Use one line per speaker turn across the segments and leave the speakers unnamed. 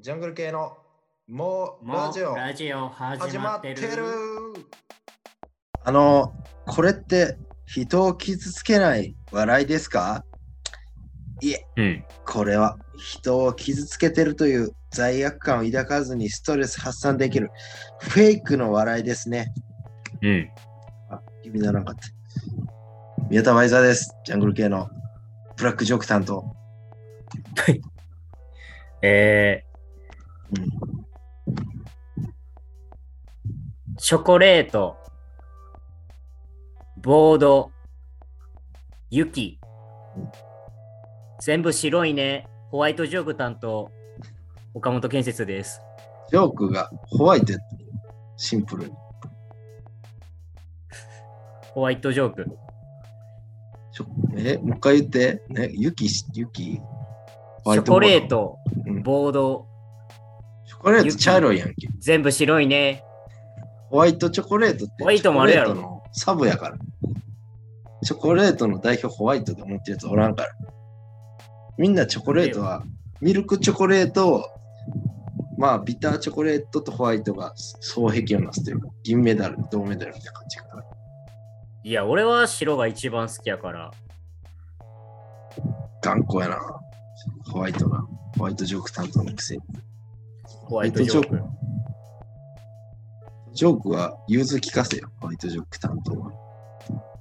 ジャングル系のもう
もう
ラジオ
ラジオ始
始
ま
ま
っ
ってて
る
る
あの、これって人を傷つけない笑いですかいえ、
うん。
これは人を傷つけてるという罪悪感を抱かずにストレス発散できるフェイクの笑いですね。
うん。
あ、気にならなかった。宮田バイザーです。ジャングル系のブラックジョーク担当。
え
う
ー、チョコレート、ボード、雪
うん、
全部白いね。ホワイトジョーク担当、岡本建設です。
ジョークがホワイトやったシンプルに。
ホワイトジョーク、
ちょえ、もう一回言って。ね、ユキ、ユキホワ
チ
イ
ョ
トボ
コ
ード
レート
うん、
ボード、
チョコレート茶色いやんけ。
全部白いね。
ホワイトチョコレートって
ホワイトもあるや
チ
ろ
ョコレートのサブやから。チョコレートの代表ホワイトで思ってるやつおらんから。みんなチョコレートは、ミルクチョコレートを、まあ、ビターチョコレートとホワイトが双璧をなすというか、銀メダル、銅メダルみたいな感じかな。
いや、俺は白が一番好きやから。
頑固やな。ホワイトな。ホワイトジョーク担当のくせに。
ホワイトジョー
ホ
ク。
ジョークは融通聞かせよ、ホワイトジョーク担当は。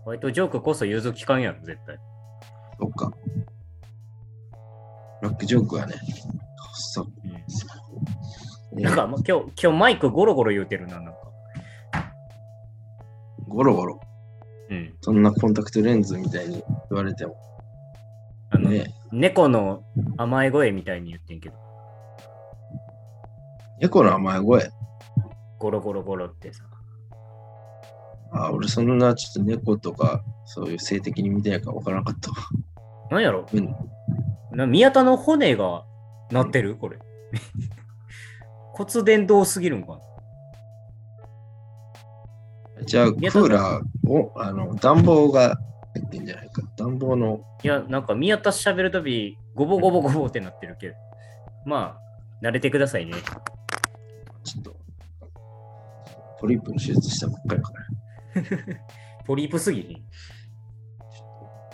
ホワイトジョークこそ融通機関やろ、絶対。
そっか。ブラックジョークはね、そっ
うん
ね
なんかもう今日、今日マイクゴロゴロ言うてるな、なんか。
ゴロゴロ。
うん。
そんなコンタクトレンズみたいに言われても
あの、
ね。
猫の甘え声みたいに言ってんけど、
猫の甘え声。
ゴロゴロゴロってさ。
あ俺そんなちょっと猫とかそういう性的に見てないから分からなかったわ。
なんやろ
うん。
な宮田の骨がなってるこれ。 骨伝導すぎるんかな
じゃあク
宮田さん
ーラーを、あの暖房が入ってんじゃないか。暖房の
いや、なんか宮田喋るたび、ゴボゴボゴボってなってるけど。まあ、慣れてくださいね。
ちょっとポリープの手術したばっかりだから。
ポリープすぎひん。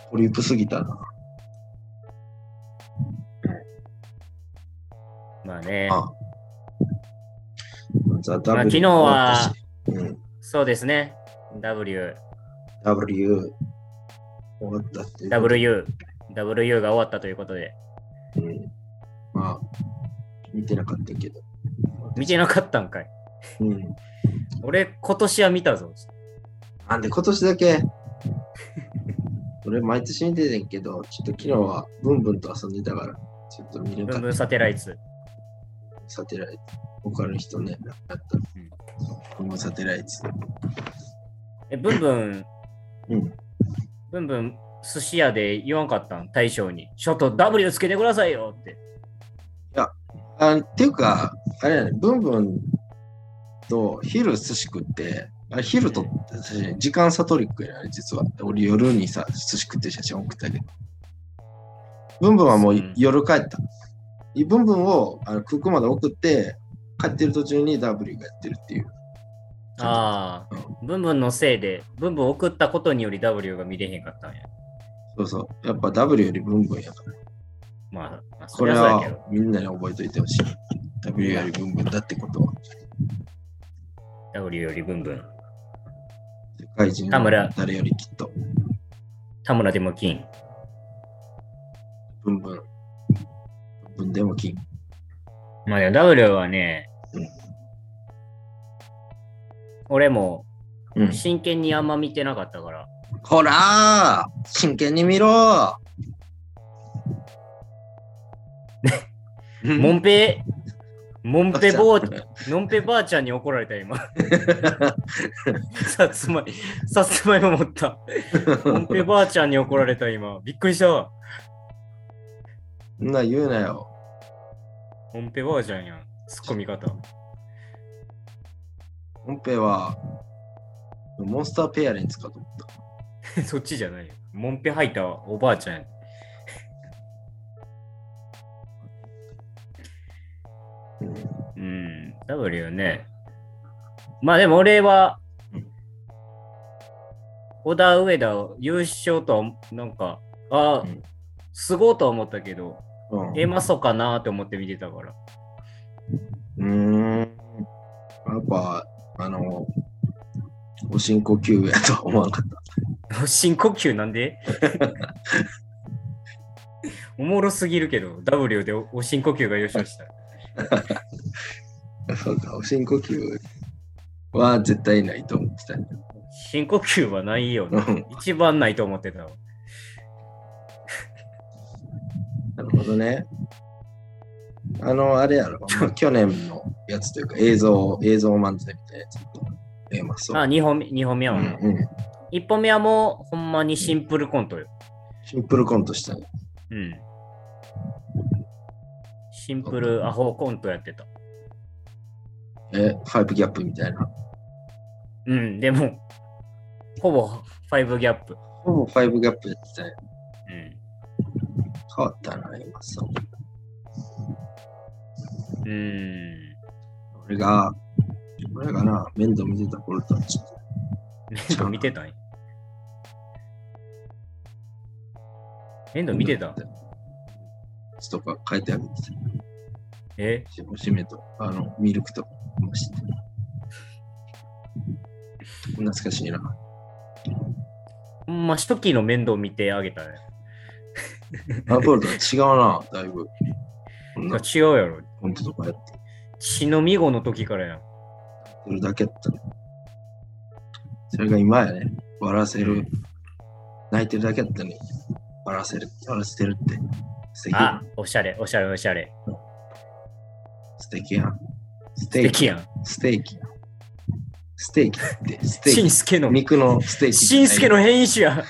ポリープすぎたな。
まあね。
あザ・
まあ
W
昨日は
終わったし、うん、
そうですね。W、
W 終わったっていう。
W、W が終わったということで。
うんまあ、見てなかったけど。
見てなかったんかい。
うん
俺、今年は見たぞ。
なんで今年だけ俺毎年見ててんけど、ちょっと昨日はブンブンと遊んでたから、ちょっと見れなか
ブン
った
ブンサテライツ。
サテライト。他の人ね、なかった。ブンブンサテライト。
え、ブンブン、
うん。
ブンブン、寿司屋で言わんかったん、大将に。ちょっと W つけてくださいよって。
あっていうか、あれやね、ブンブンと昼寿司食って、あれ昼と時間差トリックやね、実は。俺夜にさ、寿司食ってる写真送ったけど。ブンブンはもう
うん
夜帰った。ブンブンをあの空港まで送って、帰ってる途中に W がやってるっていう。
ああ、ブンブンのせいで、ブンブン送ったことにより W が見れへんかったんや。
そうそう。やっぱ W よりブンブンやから。
まあ、まあ、そ
こ
り
れ
ゃそうやけ
は
ど。
みんなに覚えといてほしい。W よりブンブンだってことは。
W よりブンブン。
世界人
田村
は誰よりきっと
田村でも金。
ブンブン。ブンブンでも金。
まあね、W はね
うん、
俺も
うん
真剣にあんま見てなかったから。
ほらー真剣に見ろー
モンペ、モンペボー、のんぺばあちゃんに怒られた今。さつまい、さつまいも持った。モンペばあちゃんに怒られた今。びっくりしたわ。
そんな言うなよ。
モンペばあちゃんやん。ツッコミ方。
モンペは、モンスターペアレンツかと思った。
そっちじゃないよ。モンペ吐いたおばあちゃんやん。うん、W ね。まあでも俺は
うん、
小田上田を優勝とは、なんか、ああ
うん、
すごいとは思ったけど、
うん
え、マソかなと思って見てたから。
うーん。やっぱ、あの、おしんこ球やとは思わなかっ
深呼吸な んでおもろすぎるけど、W でおお深呼吸が優勝した。
た。そうか、おしんこ球は絶対ないと思ってた。
深呼吸はないよ
う
な。
ん
一番ないと思ってたわ。
なるほどね。あの、あれやろ、まあ去年のやつというか、映像、映像漫才みたいなやつと、えーまあ、そう。
あ、2本目、二本目は
う
もうん
うん、
1本目はもう、ほんまにシンプルコントよ。
シンプルコントしたね。
うん。シンプルアホコントやってた。
え、ファイブギャップみたいな。
うん、でも、ほぼファイブギャップ。
ほぼファイブギャップやってたよ。
うん。
変わったな、今そう。
うーん。
俺が、俺がな、面倒見てた頃とはちょっと
面倒見てたんや。面倒見てた
とか書いてあるんですよ。
え
おしめと、あの、ミルクとかもして。懐かしいな。
ほんま、シトキーの面倒見てあげたね。
アポロとは違うな、だいぶ。こん
い
な
や違うやろ。
コントとかやって
血の見子の時からやん。
るだけやったね。それが今やね。笑わせる。泣いてるだけやったね。笑わせる、笑わせてるって。素敵
あ、おしゃれ、おしゃれ、おしゃれ。
素敵やん。ス
素
テーキ
敵やん。
ステーキやん。ステーキって、ステー
し
キ
ん。すけの、
肉のステーキ。
しんすけの変異種や。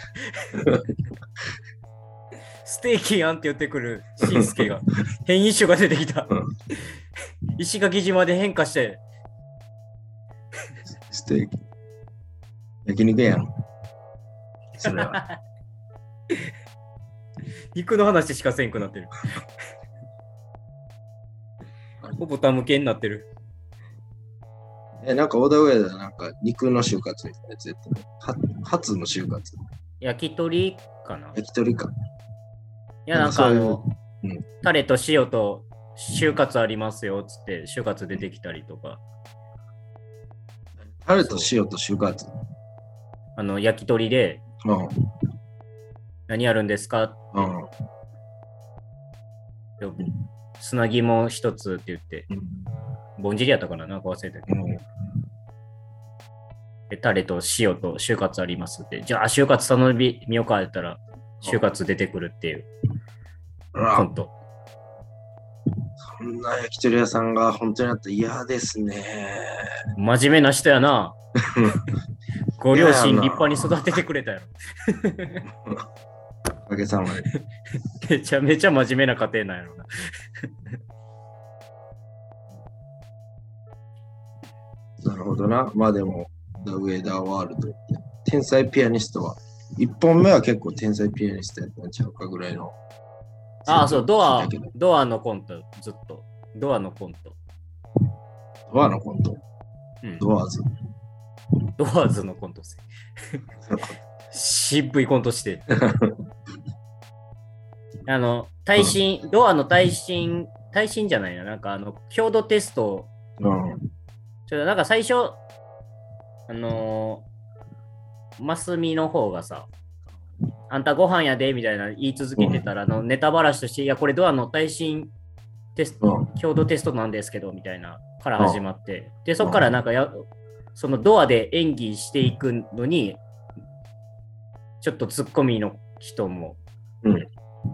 ステーキやんって言ってくるしんすけが。変異種が出てきた
うん。
石垣島で変化して、
ステーキ。焼肉やん。それ は。
肉の話しかせんくなってる。ほぼタム系になってる。
え、なんかオーダーウェイだ、なんか肉の就活みたいなやつやったね。は初の就活。
焼き鳥かない
焼き鳥か。
や、なんかあの
そういううん、
タレと塩と就活ありますよ、つって、就活出てきたりとか、
タレと塩と就活。
あの、焼き鳥で
うん。うん。
何やるんですかって砂肝一つって言って、ぼんじりやったからなんか忘れて
うん。
でタレと塩と就活ありますって。じゃあ、就活頼みみようかやったら、就活出てくるっていう
う
コ
わ
ント。
こんな焼き鳥屋さんが本当にあったら嫌ですね。
真面目な人 やな。ご両親立派に育ててくれたやろ。
おかげさまで。
めちゃめちゃ真面目な家庭なんやろな。
なるほどな。 まあでも、ダウェイダーワールド。天才ピアニストは、一本目は結構天才ピアニストやったんちゃうかぐらいの。
ああ、そう、ドア
だけど、
ドアのコント、ずっと。ドアのコント。
ドアのコント。
うん、
ドアーズ。
ドアーズのコントっす渋いコントして。 あの、耐震、ドアの耐震、耐震じゃないな、なんかあの、強度テストを
うん。
ちょっとなんか最初、あのー、マスミの方がさ、あんたご飯やでみたいな言い続けてたら、あのネタばらしとして、いや、これドアの耐震テスト、
うん。
強度テストなんですけど、みたいな、から始まって、で、そこからなんかや、そのドアで演技していくのに、ちょっとツッコミの人も
うん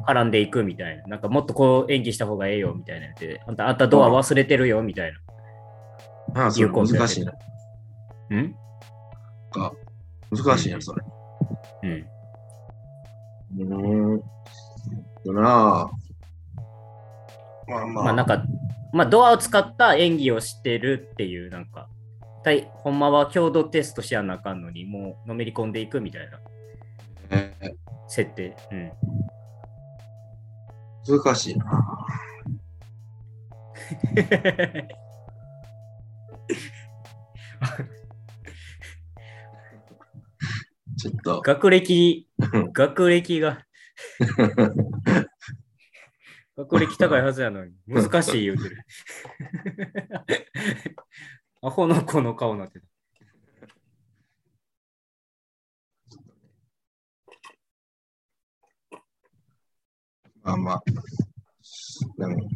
絡んでいくみたいな、なんかもっとこう演技した方がええよみたいな言って、あんた、あんたドア忘れてるよみたい
ああ、それ
有効性
難しいな。
な。ん
か難しいな、それ。
うん。
うーん。だなあまあまあ。
まあなんか、まあドアを使った演技をしてるっていう、なんか、たいほんまは共同テストしやなあかんのに、もうのめり込んでいくみたいな
え
設定。 うん。
ー難しいな。ちょっ と、
学歴
うん、
学歴が、学歴高いはずやのに、難しい言うてる。 アホの子の顔なってた。
まあまあ。でも、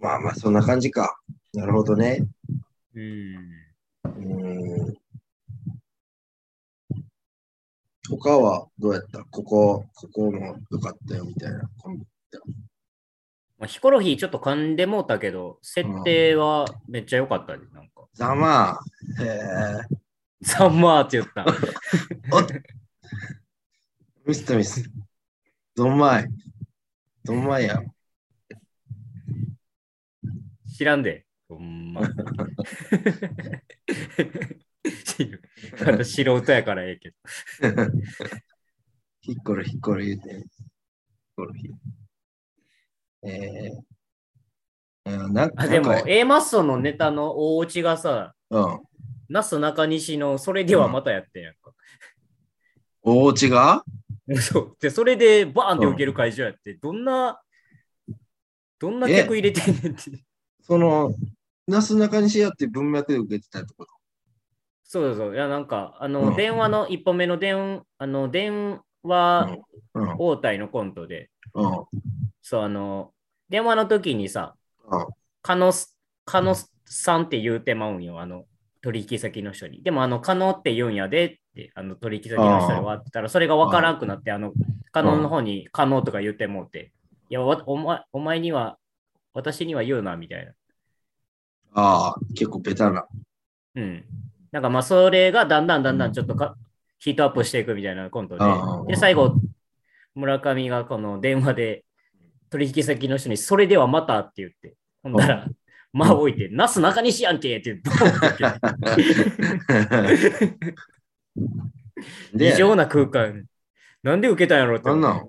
まあまあ、そんな感じか。なるほどね。
うん。
うーん。他はどうやったここ、ここも良かったよみたいな。この
まあ、ヒコロヒーちょっと噛んでもうたけど、設定はめっちゃ良かったで、なんか。
ざまあ、へえ。
サンマーって言った。
ミスタミス。どんまい。どんまいや。
知らんで。ほんま。 知るあと素人やからええけど。
ひっころひっころ言うて。ひっころひ。えー、うんなん
あ、でも
なんか
A マッソのネタの大オチがさ、
うん。
なすなかにしのそれではまたやってんやんか。
おうちが
そう。で、それでバーンって受ける会場やって、どんな、どんな客入れてんねんって。
その、なすなかにしやって文脈で受けてたってこと。
そうそう。いや、なんか、あ
う
の、
ん
電話の一本目の電、あの、電話
うん。うん。
応対のコントで、
うん。
そう、あの、電話の時にさ、
うん
カノス、カノスさんって言うてまうんよ、あの、取引先の人に。でも、あの、カノって言うんやでって、あの、取引先の人にわってたら、それがわからなくなって、あの、カノの方にカノとか言ってもうて、いや、わお前お前には、私には言うな、みたいな。
ああ、結構ベタな。
うん。なんか、まあ、それがだんだんだんだ
うんん
ちょっとか、ヒートアップしていくみたいなコントで
ああ、
で、最後、村上がこの電話で、取引先の人に、それではまたって言って、ほんだら、間を置いて、なすなかにしやんけって言って、異
で、
常な空間。なんで受けたんやろって
なん
思
な
う。
ん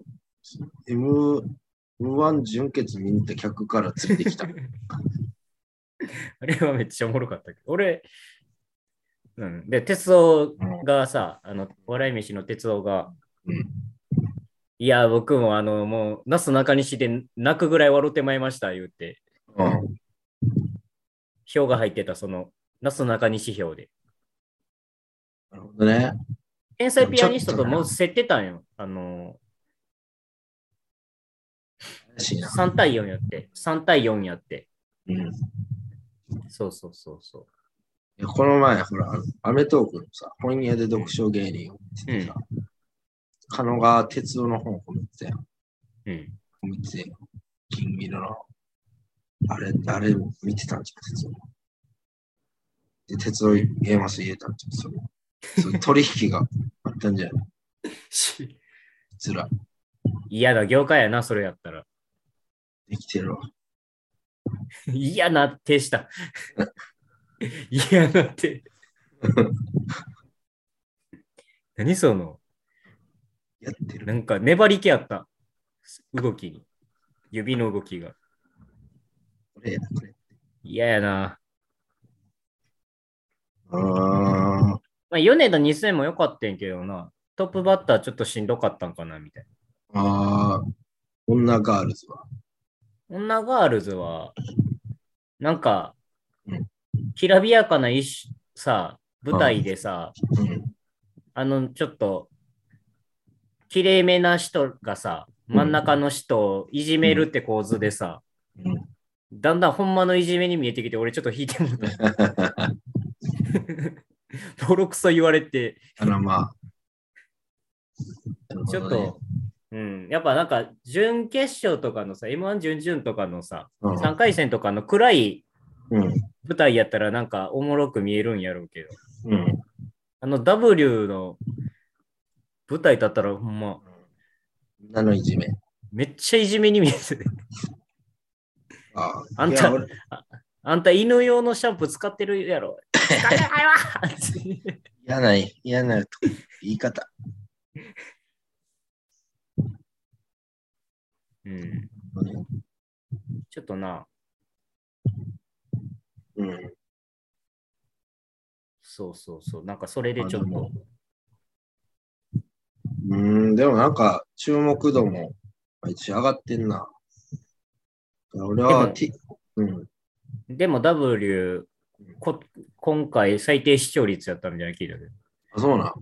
?M、M1 準決見に行った客から連れてき た。
あれはめっちゃおもろかったけど。俺、うん。で、鉄道
うん
がさ、あの、笑い飯の鉄道が、
うん
いや、僕もあの、もう、なすなかにしで泣くぐらい笑ってまいりました、言って、
うん。
票が入ってた、その、なすなかにし票で。
なるほどね。
天才ピアニストともう競ってたんよ。あの、
怪しいな。
3対4やって、3対4やって。
うん。
そうそうそうそ
いやこの前、ほら、あのアメトークのさ、本屋で読書芸人を見てさ、狩野が鉄道の本を褒めてたやん。
う。うん。
褒めてたやん。金色の。あれ、あれ見てたんじゃん、鉄道。で、鉄道ゲーマス入れたんじゃん、それ。それ取引があったんじゃないつら、
嫌な業界やな、それやったら。
できてるわ。
嫌な手した。 嫌な手。 何その、
やってる。
なんか粘り気あった。動きに。指の動きが。
これや、これ。
嫌やな。
あ
まあ、米田2000も良かったんやけどな。トップバッターちょっとしんどかったんかな、みたい
ー、あー、女ガールズは。
な。女ガールズは、なんか
うん、
きらびやかな一種さ、舞台でさ、
うん。
あの、ちょっと、きれいめな人がさ、真ん中の人をいじめるって構図でさ、
うん、
だんだんほんまのいじめに見えてきて、俺ちょっと引いて もうた。ボロクソ言われて、
あら、まあ。なるほ
ちょ
ど
っ
ね
と、うん、やっぱなんか、準決勝とかのさ、M1 準々とかのさ、
うん
3回戦とかの暗い
うん。
舞台やったらなんかおもろく見えるんやろうけど、
うん。
あの W の舞台だったらほんま、
なのいじめ。
めっちゃいじめに見えてて、
ああ
あんた
いや俺い
あんた犬用のシャンプー使ってるやろ。使ってないわ
嫌な、嫌な言い方。
うん、ちょっとな、
うん。
そうそうそう。なんかそれでちょ
あ
っと。
うん、でもなんか、注目度も、あいつ上がってんな。俺は、
でも
T、うん。
でも W こ、今回最低視聴率やったみたいな聞いたけど。
あ、そうなん。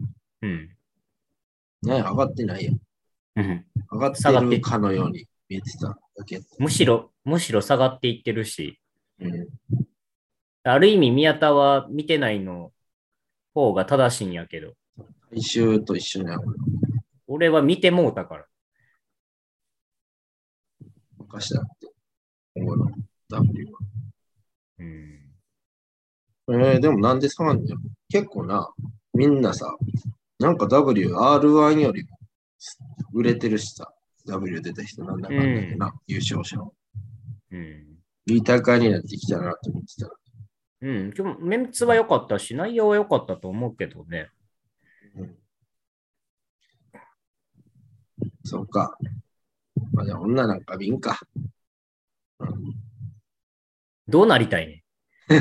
うん。
ね、上がってないやん。
うん、
上が
下が
っ
ってて
る
る
かのように見えてただけやった。
むしろ、むしろ下がっていってるし、
うん。
ある意味宮田は見てないの方が正しいんやけど、
回収と一緒にやろう。
俺は見てもうたから。
昔だって。今後の W は。
うん。
えー、でもなんで下がんねん結構な、みんなさ、なんか W、R1 よりも売れてるしさ、W 出た人なんだかんだでな、優勝者の。
うん。
いい大会になってきたなと思ってたら。
うん、今日メンツは良かったし、内容は良かったと思うけどね。
うんそうか。まあ、じゃあ女なんか瓶か。
どうなりたいね
い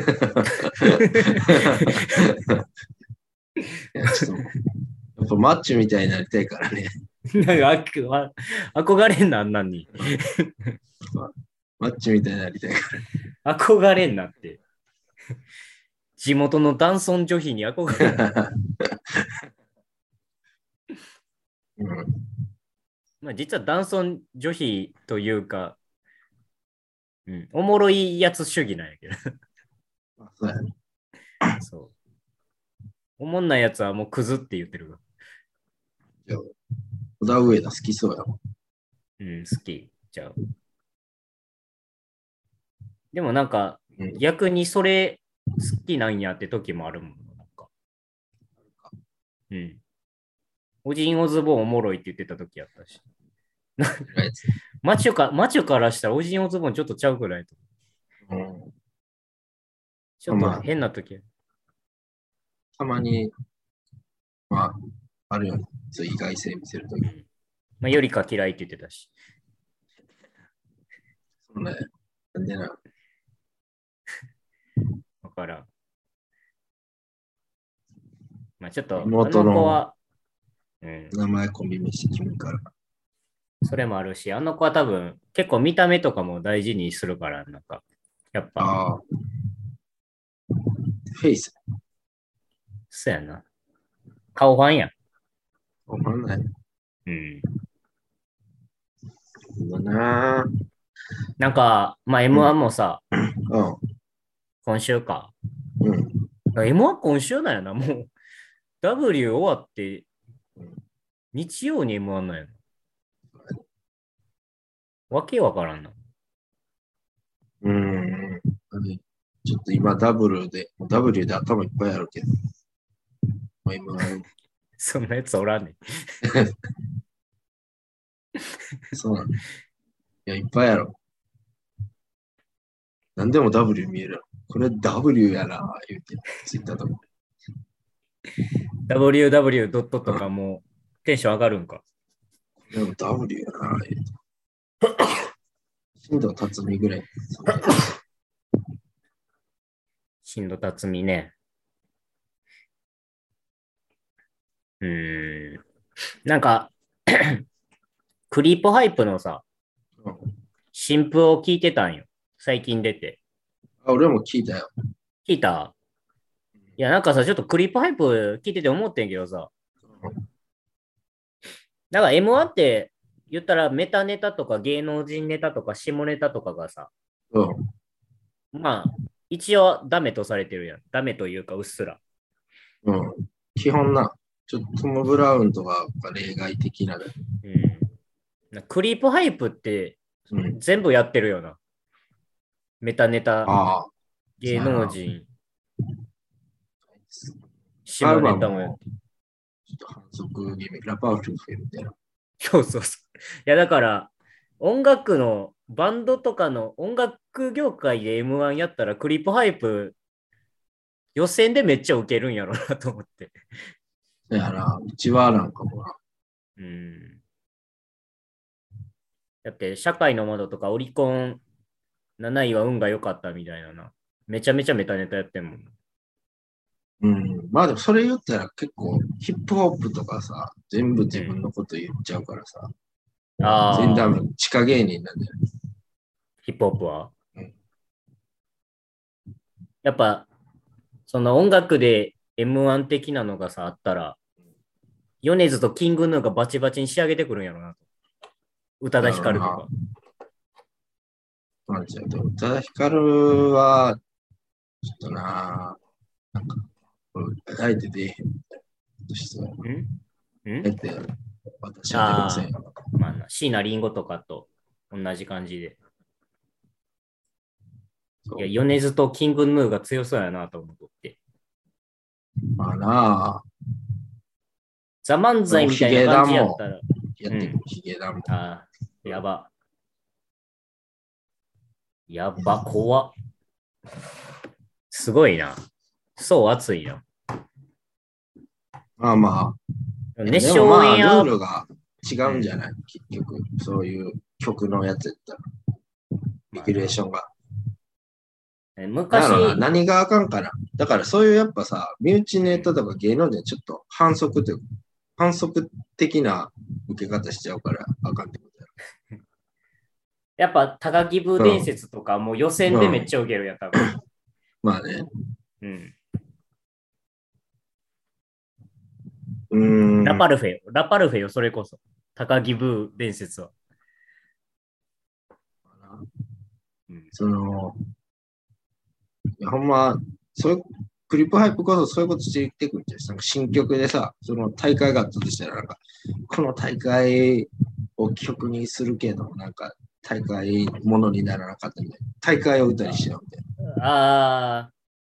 や、ちょっと、やっぱマッチみたいになりたいからね。
ん なんかああ憧れんな、あんなんに。
マッチみたいになりたいか
憧れんなって。地元の男尊女卑に憧 れんな。
ら。うん、
まあ実は男尊女卑というか、うん、おもろいやつ主義なんやけ ど。
まあそうやね
そう。おもんないやつはもうクズって言ってるわ。
小田上田好きそうやもん。
うん、好き。ちゃう。でもなんか
うん、
逆にそれ好きなんやって時もあるもん。なんか。うん。オジン・オズボーンおもろいって言ってた時やったし。マチュか、マチュからしたらオジン・オズボーンちょっとちゃうくらいと。
うん、
ちょっ
まあ
と変な時や。
たまに、まあ、あるよね。そう意外性見せるとき。
まあ、よりか嫌いって言ってたし。
そんな、なんでな。
だからん。まあちょっと、あの
妹
子
の
は、うん、
名前コンビ名して決めるから。
それもあるし、あの子は多分、結構見た目とかも大事にするから、なんか、やっぱ、
ああ。フェイス。
そうやな。顔ファンや。
わかんない。
うん。
だなぁ。
なんか、まあ M1 もさ、今週か。
うん。うん。
M1 今週なんやな、もう。W 終わって
うん、
日曜に M1 なんやな。わけわからんな。
うん。ちょっと今、ダブルで、ダブルで頭いっぱいあるけど。もう今、
そんなやつおらんねん。
そうなんだ。いや、いっぱいやろ。なんでも W 見えるやろ。これ W やな、言うて、ツイッターとか。
www. ドットとかもテンション上がるんか。
でも W やな、言うて。進藤辰巳ぐらい。
進路辰巳ね。うーん。なんか、 クリープハイプのさ、
うん
新譜を聞いてたんよ。最近出て。
あ、俺も聞いたよ。
聞いたいや、なんかさ、ちょっとクリープハイプ聞いてて思ってんけどさ。なんか M1 って言ったらメタネタとか芸能人ネタとか下ネタとかがさ、
うん。
まあ、一応ダメとされてるやん。ダメというかうっすら。
うん。基本な、ちょっとトム・ブラウンとかが例外的な。
うん。クリープハイプって
うん。
全部やってるよな。メタネタ、
ああ。
芸能人、
ちょ
下ネタも
アルバム
やっ
もっと反則気味。ラパーフィフェみたいな。
そうそうそう。 いや、だから、音楽の、バンドとかの音楽業界で M1 やったら、クリープハイプ、予選でめっちゃウケるんやろなと思って。
だから、うちはなんかもな。
うん。だって、社会の窓とかオリコン7位は運が良かったみたいなな。めちゃめちゃメタネタやってんもん。
うん。まあでもそれ言ったら結構ヒップホップとかさ、全部自分のこと言っちゃうからさ、
あ
全然ダ
あ、
メ。地下芸人なんだよ。
ヒップホップは
うん。
やっぱ、その音楽で M1 的なのがさ、あったら、ヨネズとキングヌーがバチバチに仕上げてくるんやろなと。宇多田ヒカルと
なる
か。
マジで。宇多田ヒカルは、ちょっとなぁ、なんか、あえて出えへん。ちょっと
んん
あえて、私は出ません。
まあな、椎名林檎とかと同じ感じで。
そう
いや、ヨネズとキングヌーが強そうやなと思って。
まあなぁ、
ザ・漫才みたいな感じやったら、
やってくるヒゲダン
あーやば。やば、怖っすごいな。そう、熱いな。
まあまあ、
熱
で
唱
も
応
ま
援や
あ、ルールが違うんじゃない結局、そういう曲のやつやったら、レギュレーションが。
昔
な、るほどな何があかんから。だからそういうやっぱさ、身内ネタとか芸能人はちょっと反則というか、反則的な受け方しちゃうからあかんってことやろ。
やっぱ高木ブー伝説とか、もう予選でめっちゃウケるやったから。
まあね。
うん。
うーん。
ラパルフェよ、ラパルフェよ、それこそ。高木ブー伝説は。うん
その、いやほんま、そういう、クリップハイプこそそういうことしててくるんじゃないなんか新曲でさ、その大会があったとしたら、なんか、この大会を曲にするけど、なんか、大会ものにならなかったみたいな。大会を歌にしようみたい
ああ、
な。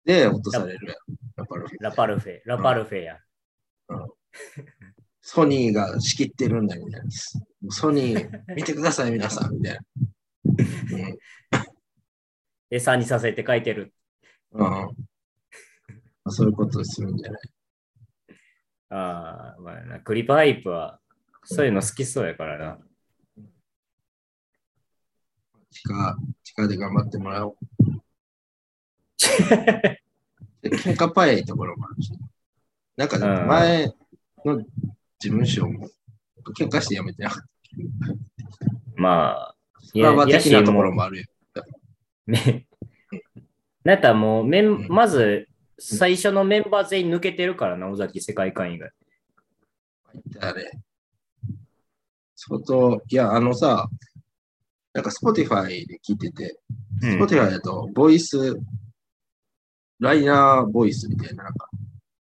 で、落とされるやん。ラパルフェ
ラパルフェ、ラパルフェや。
ソニーが仕切ってるんだみたいな。ソニー、見てください、皆さん、みたいな。
餌にさせて書いてる。
うん。うんまあ、そういうことをするんじゃない
ああ、まあな、クリパハイプは、そういうの好きそうやからな。
地下、地下で頑張ってもらおう。で喧嘩っ早いところもあるし。なんか、
うん
前の事務所も、喧嘩してやめてなかっ
まあ、
た。
いや
ラバ
いや
的なところもあるよ。
ね。 なんかもうメン、
ん
まず、最初のメンバー全員抜けてるからな、尾崎世界観以外。
あれ。相当、いや、あのさ、なんか Spotify で聞いてて、
うん
Spotify だと、ボイス、ライナーボイスみたいな、なんか、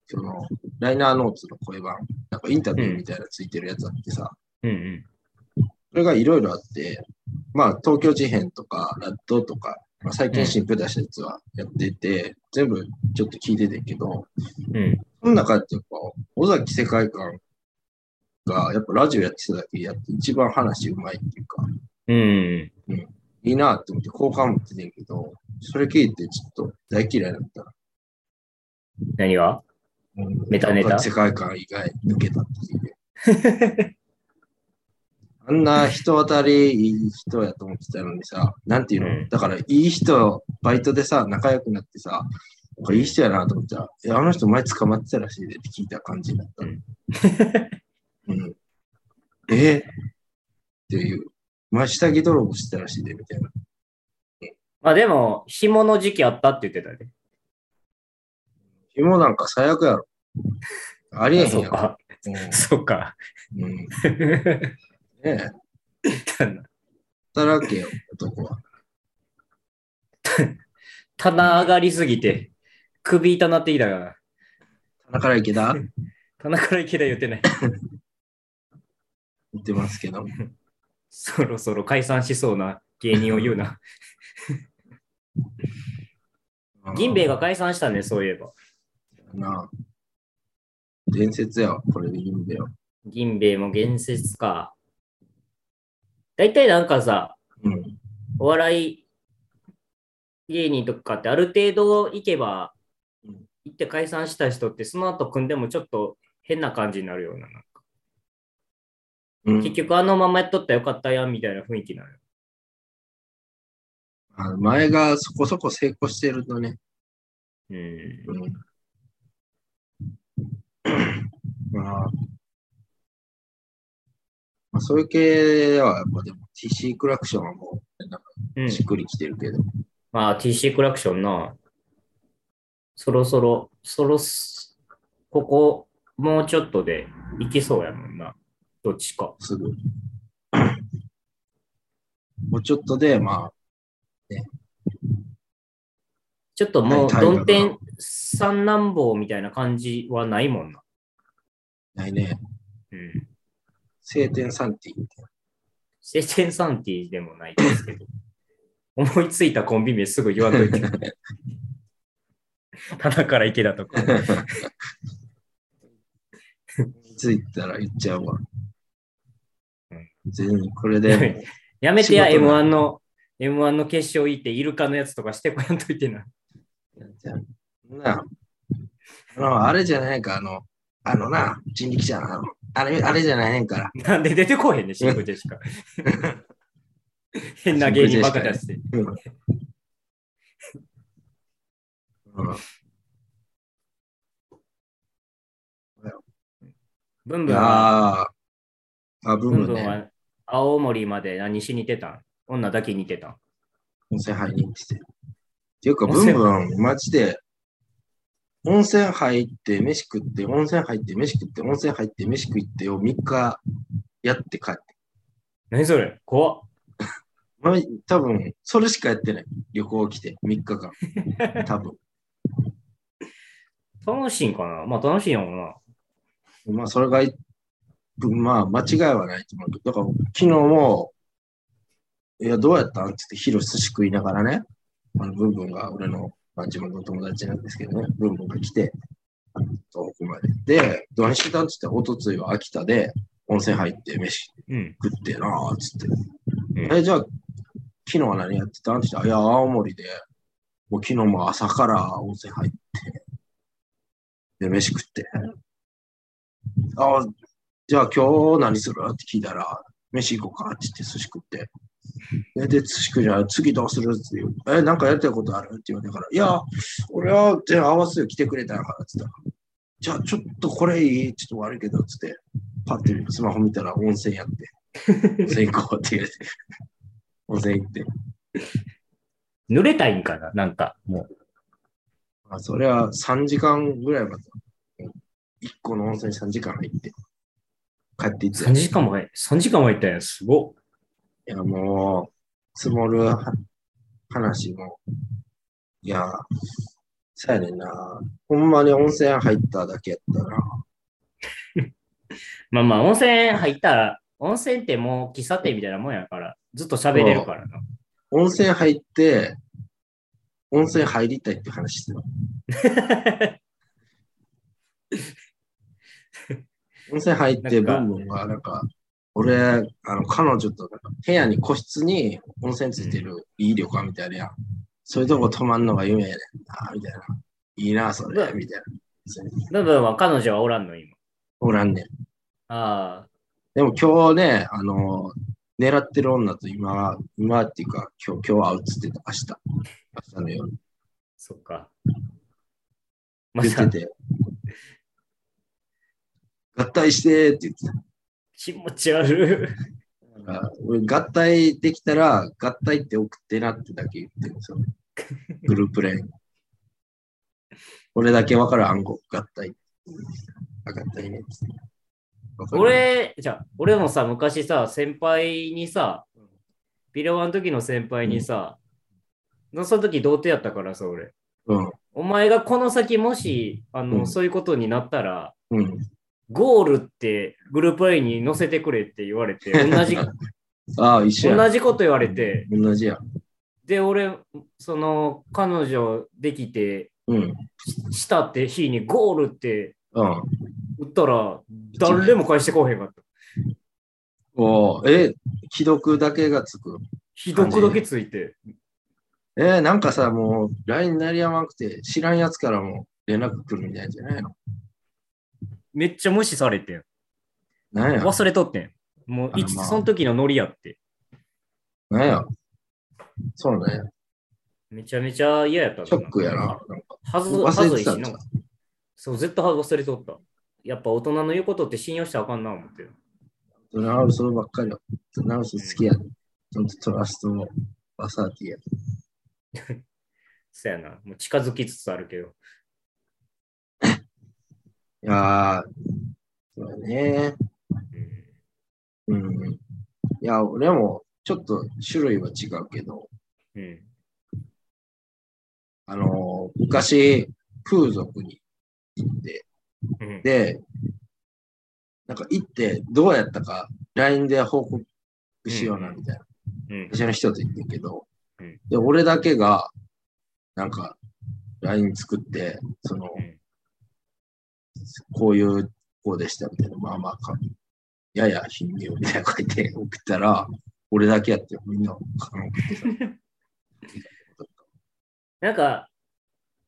その、ライナーノーツの声版、なんかインタビューみたいなついてるやつあってさ、
うんうん。
それがいろいろあって、まあ、東京事変とか、ラッドとか、まあ、最近新婦出したやつはやってて、全部ちょっと聞いててんけど、
うん、
その中ってやっぱ、尾崎世界観が、やっぱラジオやってただけやって、一番話うまいっていうか、
うんうん。
いいなって思って、好感持っててんけど、それ聞いてちょっと大嫌いだった。
何がメタネタ
尾崎世界観以外抜けたっていう。 あんな人当たりいい人やと思ってたのにさ、なんていうの、
うん
だからいい人、バイトでさ、仲良くなってさ、これいい人やなと思ったら、いや、あの人前捕まってたらしいでって聞いた感じになった。
うん
うんえっていう、前下着泥棒してたらしいでみたいな。
まあでも、紐の時期あったって言ってたで。
紐なんか最悪やろ。ありえへん
そう
やろ。
か。そうか。
うんうんねえ、働けよ、男は。
棚上がりすぎて、首痛なってきたから。
だから池田
棚から池田言ってない。
言ってますけど。
そろそろ解散しそうな芸人を言うな。 銀兵衛が解散したね、そういえば。
なあ伝説やわ、これで銀兵衛は。
銀兵衛も言説か。大体なんかさ、
うん。
お笑い芸人とかってある程度行けば
うん、
行って解散した人ってその後組んでもちょっと変な感じになるような。
うん
結局あのままやっとったらよかったやんみたいな雰囲気なのよ。
あの前がそこそこ成功してるとね、
うん。
うん まあ、まあ、そういう系では、やっぱでも TC クラクションはも
う
うんしっくりきてるけど、
まあ TC クラクションな、そろそろ、そろす、ここ、もうちょっとで行きそうやもんな。どっちか。
すぐ。 もうちょっとで、ま
ちょっともう、
はいタイガーが
どん天三南坊みたいな感じはないもんな。
あ、ないね、
うん。
晴天サンティみたい
セテンサンティでもないですけど。 思いついたコンビ名すぐ言わんといて。棚から池だとか。
な。ついたら言っちゃうわ
うん。
全然これで もう
やめてや、
仕事な
M1 の、M1 の決勝行って、イルカのやつとかしてこやんといてな。
じゃあなあの、あれじゃないか、あの、あのな、人力じゃん、あの、あれ、あれじゃないねんから。
なんで出てこへんねん、真空ジ ェシカ。変な芸人ばっか出して。
うん。
ブンブンは、
ああ、あ、ブ
ブン
ーム
ブン
ね。
は青森まで何しに行ってたん女だけに行ってたん
温泉入りに来て。っていうか、
温
ブン
泉
ブン、マジで、温泉入って、飯食って、温泉入って、飯食って、温泉入って、飯食ってを3日やって帰って。
何それ怖っ。
まあ、多分、それしかやってない。旅行来て、3日間。多分。
楽しいんかなまあ楽しいやもんな。
まあ、それがい、まあ、間違いはないと思うけど、だから、昨日も、いや、どうやったんって言って、ヒロ寿司食いながらね、あの、ブンブンが、俺の、まあ、地元の友達なんですけどね、ブンブンが来て、あの遠くまで。で、どうしてたんって言って、おとついは秋田で、温泉入って、飯
うん。
食ってなーっつって。
うん
え、じゃあ、昨日は何やってたんって言ったら、いや、青森で、もう昨日も朝から温泉入って、で、飯食って。あじゃあ今日何するって聞いたら、飯行こうかって言って寿司食って。えで、寿司食うじゃん。次どうするって言う。え、なんかやりたいことあるって言われたから、いや、俺は全合わせよ来てくれたんやからって言ったら、じゃあちょっとこれいいちょっと悪いけどって言って、パッてスマホ見たら温泉やって。温泉行こうって言うて。温泉行って。
濡れたいんかななんか、も。
まあ、それは3時間ぐらいまで。1個の温泉3時間入って。帰っていうって。
3時間も入3時間も入ったんや。すごっ。
いや、もう、積もるは話も、いや、そうやねんな。ほんまに温泉入っただけやったら、
まあまあ、温泉入ったら、温泉ってもう喫茶店みたいなもんやから、ずっと喋れるからな。
温泉入って、温泉入りたいって話してた。 温泉入って、ブ
なんか
ンブンが、なんか、俺、あの、彼女と、なんか、部屋に個室に温泉ついてるいい旅館みたいなやん。そういうとこ泊まんのが夢やねんな、みたいな。いいな、それ、みたいな。
ブンブンは彼女はおらんの、今。
おらんねん。
ああ、
でも今日ね、あの、狙ってる女と今、今っていうか、今日、今日会うっつってた、明日。明日の夜。
そっか。ま
言
た
ってて。合体してって言ってた。
気持ち悪い。
だから俺、合体できたら、合体って送ってなってだけ言ってるん ですよ。グループレイン。俺だけ分かる暗号、合体。あ合体ね。わかる、
俺、じゃあ俺もさ、昔さ、先輩にさ、ビレワンの時の先輩にさ、その時童貞やったからさ、俺。
うん。
お前がこの先もし、あの、
うん
そういうことになったら、
うん。
ゴールってグループ A に載せてくれって言われ て、同じ、
ああ、一緒や。
同じこと言われて、
同じや。
で、俺、その、彼女できて、
うん。うん。
ししたって日にゴールって打ったら、誰も返してこうへんかった。
おーえ、既読だけがつく。
ひどくだけついて。
えーなんかさ、もう LINE になりやまんくて、知らんやつからも連絡来るみたいじゃないの
めっちゃ無視されてん。
なんや
忘れとってん。もう
あの
いつ、
まあ
その時のノリやって。
なんやそうね。
めちゃめちゃ嫌やったな
ショックやな。なんか
はず、は
忘れ
ずい
て
した
ん
な
ちゃ
ん
う
か。そう、絶対忘れとった。やっぱ大人の言うことって信用したらあかんな思ってる。
ドナウソばっかりよ。ドナウソ好きやで。ちゃんとトラストもバサーティやで。
そやな。もう近づきつつあるけど。
いやー、そうだね。
うん
うん。いや、俺もちょっと種類は違うけど、
うん。
あのー昔、風俗に行って、
うん。
で、なんか行ってどうやったか LINE で報告しようなみたいな。
うん
一緒の人と言ってるけど、
うん
で、俺だけが、なんか、LINE 作って、その、
うん
こういう子でしたみたいな、まあまあか、やや貧乳みたいな書いて送ったら、俺だけやって、みんな、送ってた。
なんか、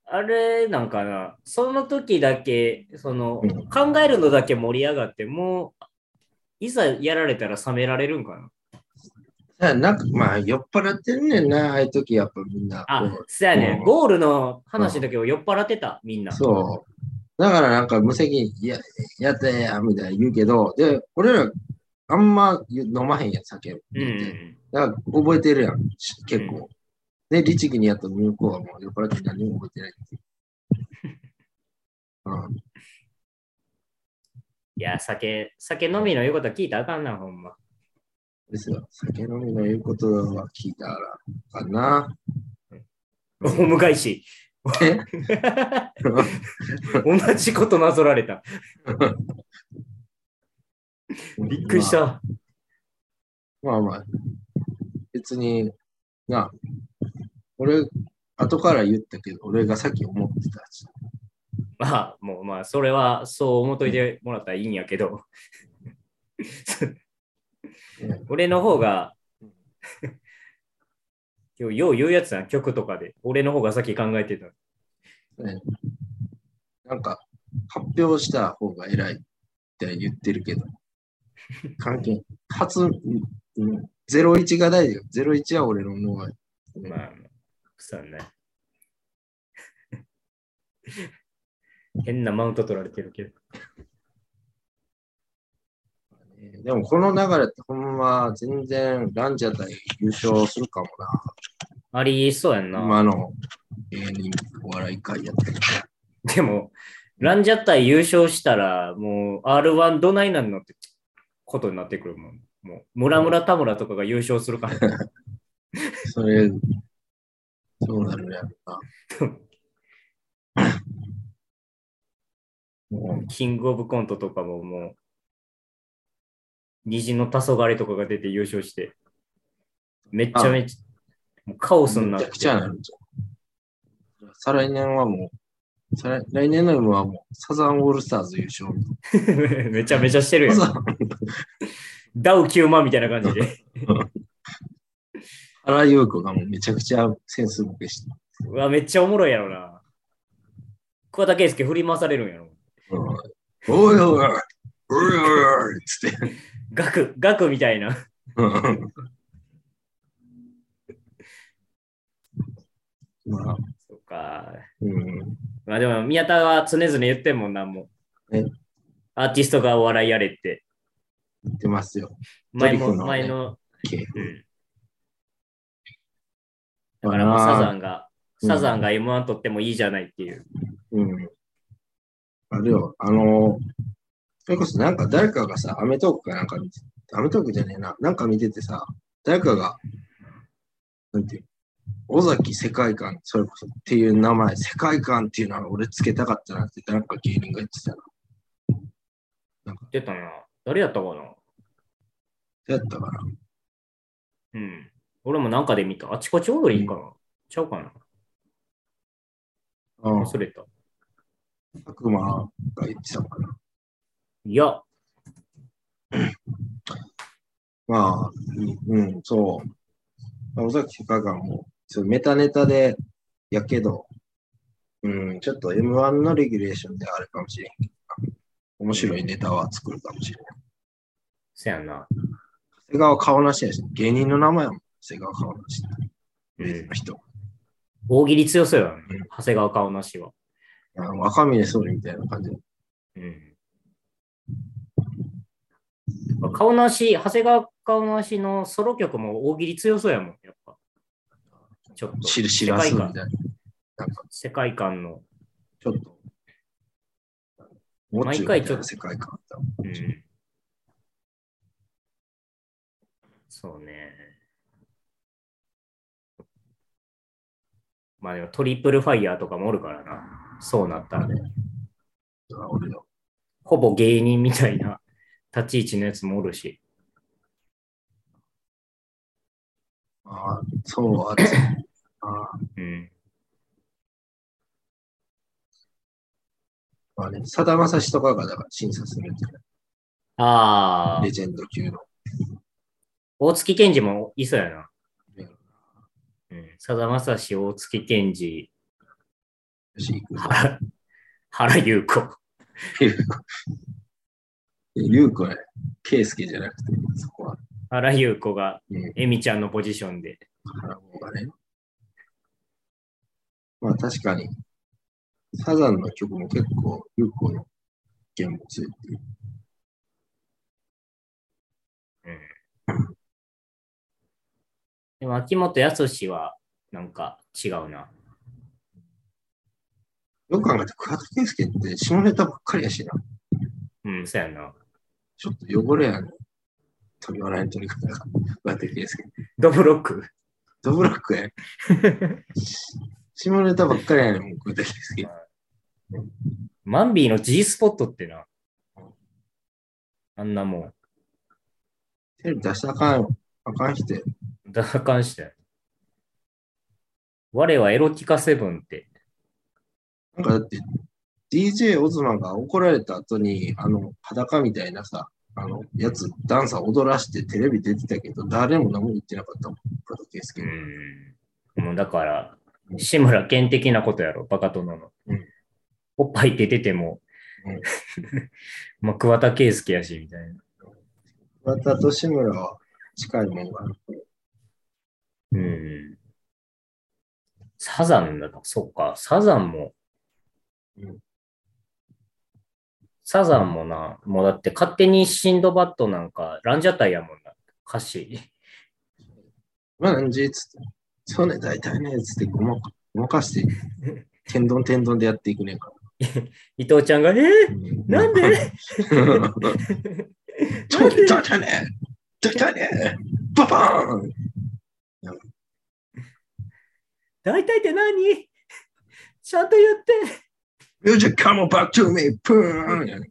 あれなんかな、その時だけ、その、
うん
考えるのだけ盛り上がって、もう、いざやられたら冷められるんかな。
だからなんか、まあ、酔っ払ってんねんな、ああいう時やっぱみんな。
あ
こ、
そやね。
うんん
ゴールの話の時を酔っ払ってた、みんな。
うそう。だからなんか無責任、いや、やったや、みたいな言うけど、で、俺ら、あんま飲まへんやん、酒。
うんうん
だから覚えてるやん、し結構。で、律儀にやった向こうはもう酔っ払って何も覚えてないっていう。 うん、
いや、酒、酒飲みの言うこと聞いたらあかんな、ほんま。
ですよ。酒飲みの言うことは聞いたらかな。
お向かいし。
え
同じことなぞられた。 びっくりし。た。
まあまあまあ、別にな、俺、後から言ったけど、俺がさっき思ってたし。
まあ、もうまあ、それはそう思っといてもらったらいいんやけど。俺の方が、今日よう言うやつな、曲とかで。俺の方が先考えてた。
なんか、発表した方が偉いって言ってるけ ど、関係ない、初、うん、01が大事よ。01は俺の脳が。
まあ、そうね。変なマウント取られてるけど。
でもこの流れってほんま全然ランジャタイ優勝するかも
ありそうやん
な。
な。
今の芸人お笑い会やったら。
でも、ランジャタイ優勝したら、もう R1 どないなんのってことになってくるもん。もう、ムラムラ田村とかが優勝する から。
それ、そうなるやろな。 も
キングオブコントとかももう、虹の黄昏とかが出て優勝して、めっちゃめちゃ、もうカオス
う、
にな
め
っ
ち
て
ゃくちゃなるじゃん。再来年はもう、再来来年の夢はもうサザンオールスターズ優勝。
めちゃめちゃしてるやん
サ。ザン
ダウ9万みたいな感じで。
原優子がもうめちゃくちゃセンスボケして、
うわ、めっちゃおもろいやろな。桑田佳祐振り回されるんや
う
ろ。
んおいおいおいおいおいつって。
ガク、ガクみたいな。
うんまあ、
そうか。
うん。
まあでも、宮田は常々言ってんもんな、もう。
え
アーティストがお笑いやれって。
言ってますよ。
前
ト
も、
リコのね
前の、うん。だからもう
まあ
サザンが、
うん
サザンが M1 取ってもいいじゃないっていう。
うん。あれよ、あの、それこそなんか誰かがさ、アメトークかなんか見て、アメトークじゃねえな、なんか見ててさ、誰かが、なんていう、尾崎世界観、それこそっていう名前、世界観っていうのは俺つけたかったなって、なんか芸人が言ってたな。
出たな。誰やったかな
だったかな。
うん。俺もなんかで見た。あちこち踊りかな、ちゃうかな
うん、
忘れた。
悪魔が言ってたのかな。
いや、
まあ、うん、そう。尾崎世界観も、そうメタネタで、やけど、うん、ちょっと M1 のレギュレーションであるかもしれんけどな。面白いネタは作るかもしれん。
せやんな。
長谷川顔なしやし、芸人の名前は長谷川顔なし、
うん
別の人。
大喜利強そうだね。長谷川顔なしは。
あの赤峰総理みたいな感じ。
うん。顔なし、長谷川顔なしのソロ曲も大喜利強そうやもん、やっぱ。ちょっと。
しるしらすみたいな。
世界観の。
ちょっと。もうちょいみたいな世界観だった
うん。そうね。まあでもトリプルファイヤーとかもおるからな。そうなったらね。
俺の
ほぼ芸人みたいな立ち位置のやつもおるし。
ああ、そう、あれああ、
うん。
まあね、さだまさしとかがだから審査するみたいな、
ああ
レ、ジェンド級の。
大月健二もいそうやな
うん。
うん。さだまさし、大月健二、
吉井君。
原 原優子。
ゆうこね、圭介じゃなくて、そこは、
原優子が
うん、
エミちゃんのポジションで。
原坊がね。まあ確かに、サザンの曲も結構、ゆうこの意見もついてる。
でも秋元康はなんか違うな。
よく考えて、桑田圭介って下ネタばっかりやしな。
うん、そうやな。
ちょっと汚れやね。飛び笑いの取り方が、桑田圭介。
ドブロック。
ドブロックやね。下ネタばっかりやねん、もう桑田圭介。
マンビーの G スポットってな。あんなも
テレビ出したらあかんよ。あかん人や。
ん、だらかんして。我はエロティカセブンって。
なんかだって、DJ オズマンが怒られた後に、あの、裸みたいなさ、あの、やつ、ダンサー踊らしてテレビ出てたけど、誰も何も言ってなかったもん、桑田佳祐。
うん。もうだから、志村けん的なことやろ、バカ殿の。
うん
おっぱいって出ても、
う
まあ桑田佳祐やし、みたいな。
桑田と志村は近いもんがある。
うん。サザンだと、そっか、サザンも
うん、
サザンもな、もうだって勝手にシンドバッドなんか、ランジャタイやもんな、歌詞。
まあ、何時っつって。そうね、大体ね、つってごまか、ごまかして、天丼天丼でやっていくねんか
伊藤ちゃんが、え
ら。
ー、な んで
ちょ、大体ね、大体ね、ババーン
大体って何 ちゃんと言って。
!Music come back to me! プーンやね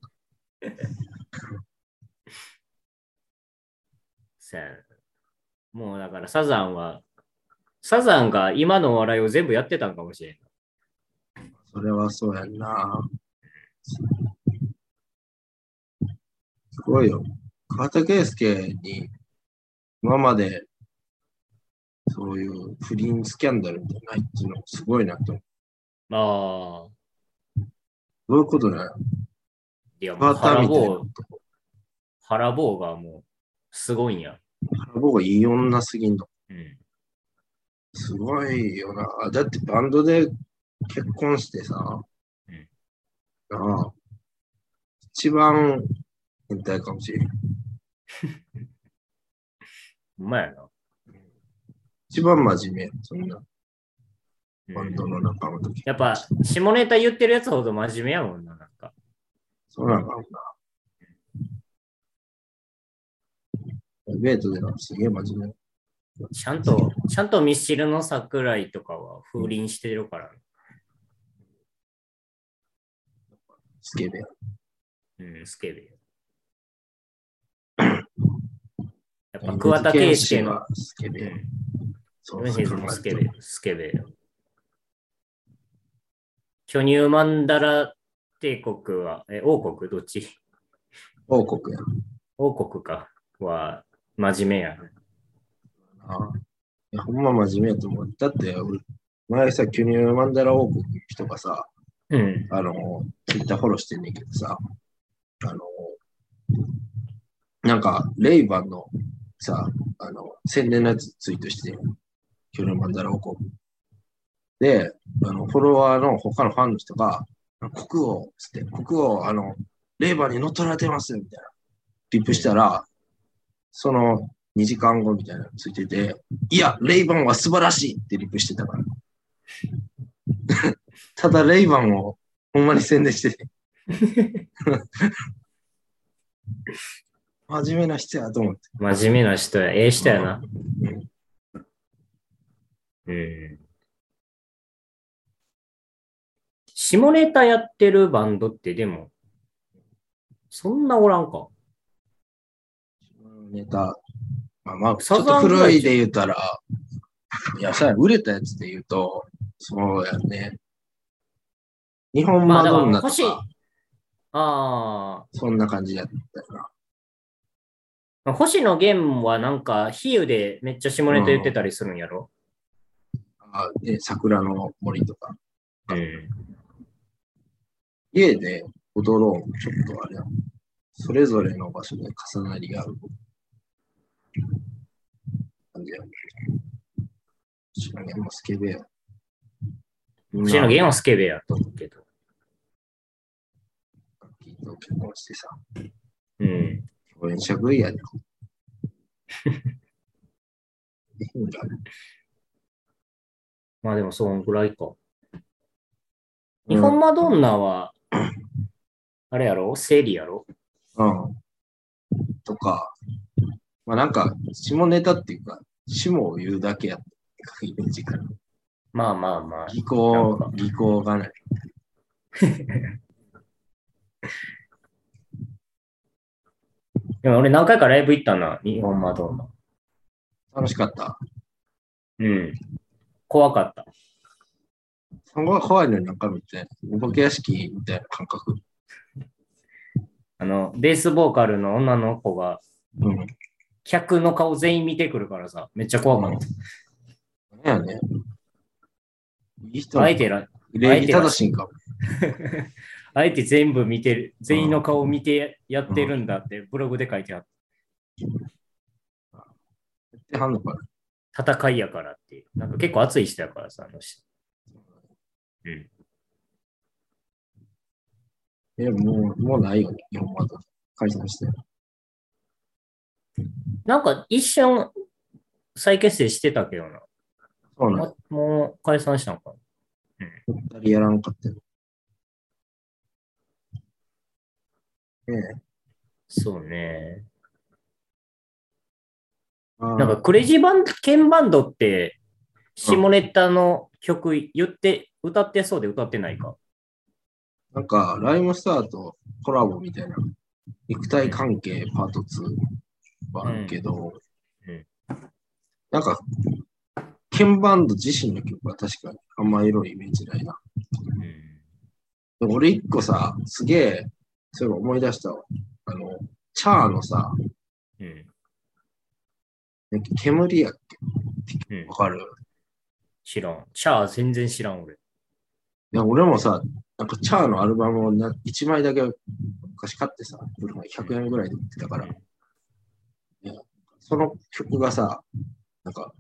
せんもうだからサザンは、サザンが今のお笑いを全部やってたんかもしれん。
それはそうやんな。すごいよ。桑田佳祐に今までそういう不倫スキャンダルみたいなのないっていうのすごいなと思う。
ああ、
どういうことだよ。
いやもう
桑田
腹
みたいな
棒。腹棒がもうすごいんや。
僕はいい女すぎんの。
うん。
すごいよな。だってバンドで結婚してさ、
うん
なあ、一番変態かもしれん。
うまやな。
一番真面目やそんな
う
バン
ん、
ドの仲間と
やっぱ、下ネタ言ってるやつほど真面目やもんな、なんか。
そうなんだろうな。デートでなんすげえ真面目。
ちゃんと、ちゃんとミスチルの桜井とかは風鈴してるから。
スケベ。
うん、ス ケベ。やっぱ桑田佳祐の。。
スケ
う
ベ。
ん
そ
ヨネズもスケベ、スケベ。巨乳マンダラ帝国は、え、王国どっち
王国や
王国か。は、真面目や。
な。いや、ほんま真面目やと思う。だって、俺、前さ、巨乳マンダラ王国の人がさ、
うん。
あの、ツイッターフォローしてんねんけどさ、あの、なんか、レイバンのさ、あの、宣伝のやつツイートしてんよ、巨乳マンダラ王国。で、あの、フォロワーの他のファンの人が、国王、つって、国王、あの、レーバーに乗っ取られてますみたいな。リップしたら、その2時間後みたいなのついてて、いや、レイバンは素晴らしいってリップしてたから。 ただ、レイバンをほんまに宣伝して て、真面目な人やと思って。
真面目な人や、ええ人やな。うん。下ネタやってるバンドってでも、そんなおらんか。
ネタ、まあ、まあ、ちょ
サ
っと
ザンぐら
古
い
いで言うたら、いや、さ、売れたやつで言うと、そうやね。日本
ま
マ
あだから
ドンナと
欲しい
か、
あ
そんな感じやったよな。
あ、星野源はなんか、比喩でめっちゃ下ネタ言ってたりするんやろ、
あで、桜の森とか。
うん、
家で踊ろうもちょっとあれやそれぞれの場所で重なりがある感じやね。星野源もスケベや。
星野源はスケベやと思うけど。
楽器と結婚してさ、
うん。
応援者食いや で。いいんだ
まあでも、そんぐらいか。日本マドンナは、あれやろ生理やろ
うん。とか、まあなんか、下ネタっていうか、下を言うだけやったイメージから。
まあまあまあ。
技
な
巧
ん、
技巧がない。
でも俺何回かライブ行ったな、日本マドンナ。
楽しかった。
うん。怖かった。
そこが怖いのになんか見て、お化け屋敷みたいな感覚。
あの、ベースボーカルの女の子が、
うん。ね
客の顔全員見てくるからさ、めっちゃ怖かった。
やね。いい人
あえてら、
礼儀正しいんかも。
あえて全部見てる、全員の顔を見てやってるんだってブログで書いてあっ
言ってはんのかな
た。戦いやからって。なんか結構熱い人やからさ、あの人。うん。
え、もう、もうないよね。日本まだ解散して。
なんか一瞬再結成してたけどな。
そうなの。
まもう解散したのかな。
二人やらんかったよ。ねえ。
そうね。
あー
なんかクレイジーバンド、ケンバンドって下ネタの曲言って、歌ってそうで歌ってないか。
なんか、ライムスターとコラボみたいな、肉体関係パート2はあるけど、
うんうん
なんか、ケンバンド自身の曲は確かにあんまエロいイメージないな。でも俺一個さ、すげえ、そういえば思い出したわ。あの、チャーのさ、
うん。うん。
なんか煙やっ
う
け
ん
わ、かる
知らん。シャア全然知らん俺。
いや俺もさ、なんかチャーのアルバムをな1枚だけ昔買ってさ、ブルマ100円ぐらいで売ってたから、いやその曲がさ、なんか、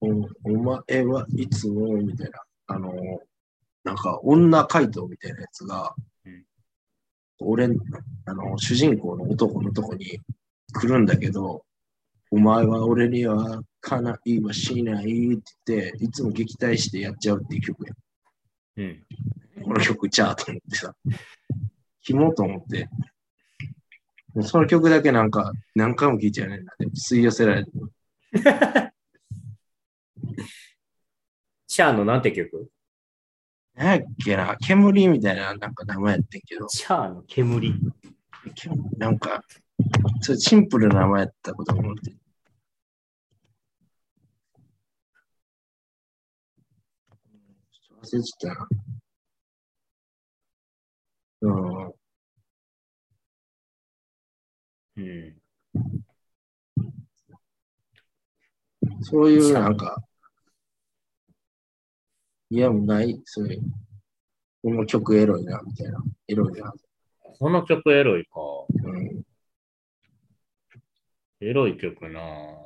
おお前はいつもみたいな、あの、なんか女回答みたいなやつが、
うん
俺、あの、主人公の男のとこに来るんだけど、お前は俺にはかないはしないって言って、いつも撃退してやっちゃうっていう曲や
うん。
この曲ちゃーと思ってさ、キモと思って、もうその曲だけなんか何回も聴いちゃうねんな。でも吸い寄せられて、
シャアのなんて曲
なんやっけな、煙みたいななんか名前やってんけど、
シャアの煙。
煙なんか、そうシンプルな名前やったこと思って。ちょっと忘れちゃったな。うん。
うん。
そういうなんか、いや、もうない、そういう。この曲エロいな、みたいな。エロいな。
この曲エロいか。
うん。
エロい曲なぁ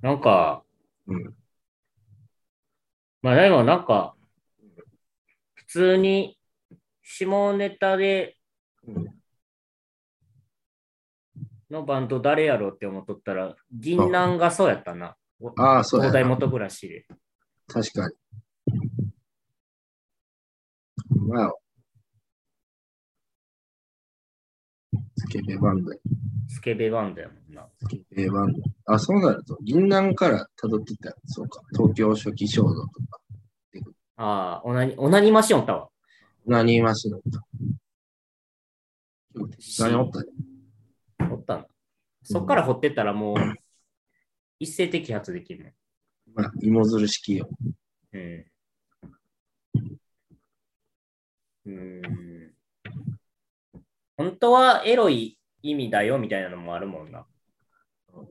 なんか、
うん
まあでもなんか、普通に下ネタで
うん
のバンド誰やろうって思っとったら、銀杏がそうやったな。
ああ、そう
東
や
大
な。
元暮らしで。
確かに。まあ。スケベバンドや。
スケベバンドやもんな。
スケベバンド。あ、そうなると、銀杏から辿ってったやつそうか。東京初期衝動とか。
ああ、オナニ、オナニマシオンたわ。
何言いますのか。何おったね。
おったな。そっから掘ってったらもう、一斉摘発できるね。
まあ、芋づる式よ。
うん。うん。本当はエロい意味だよみたいなのもあるもんな。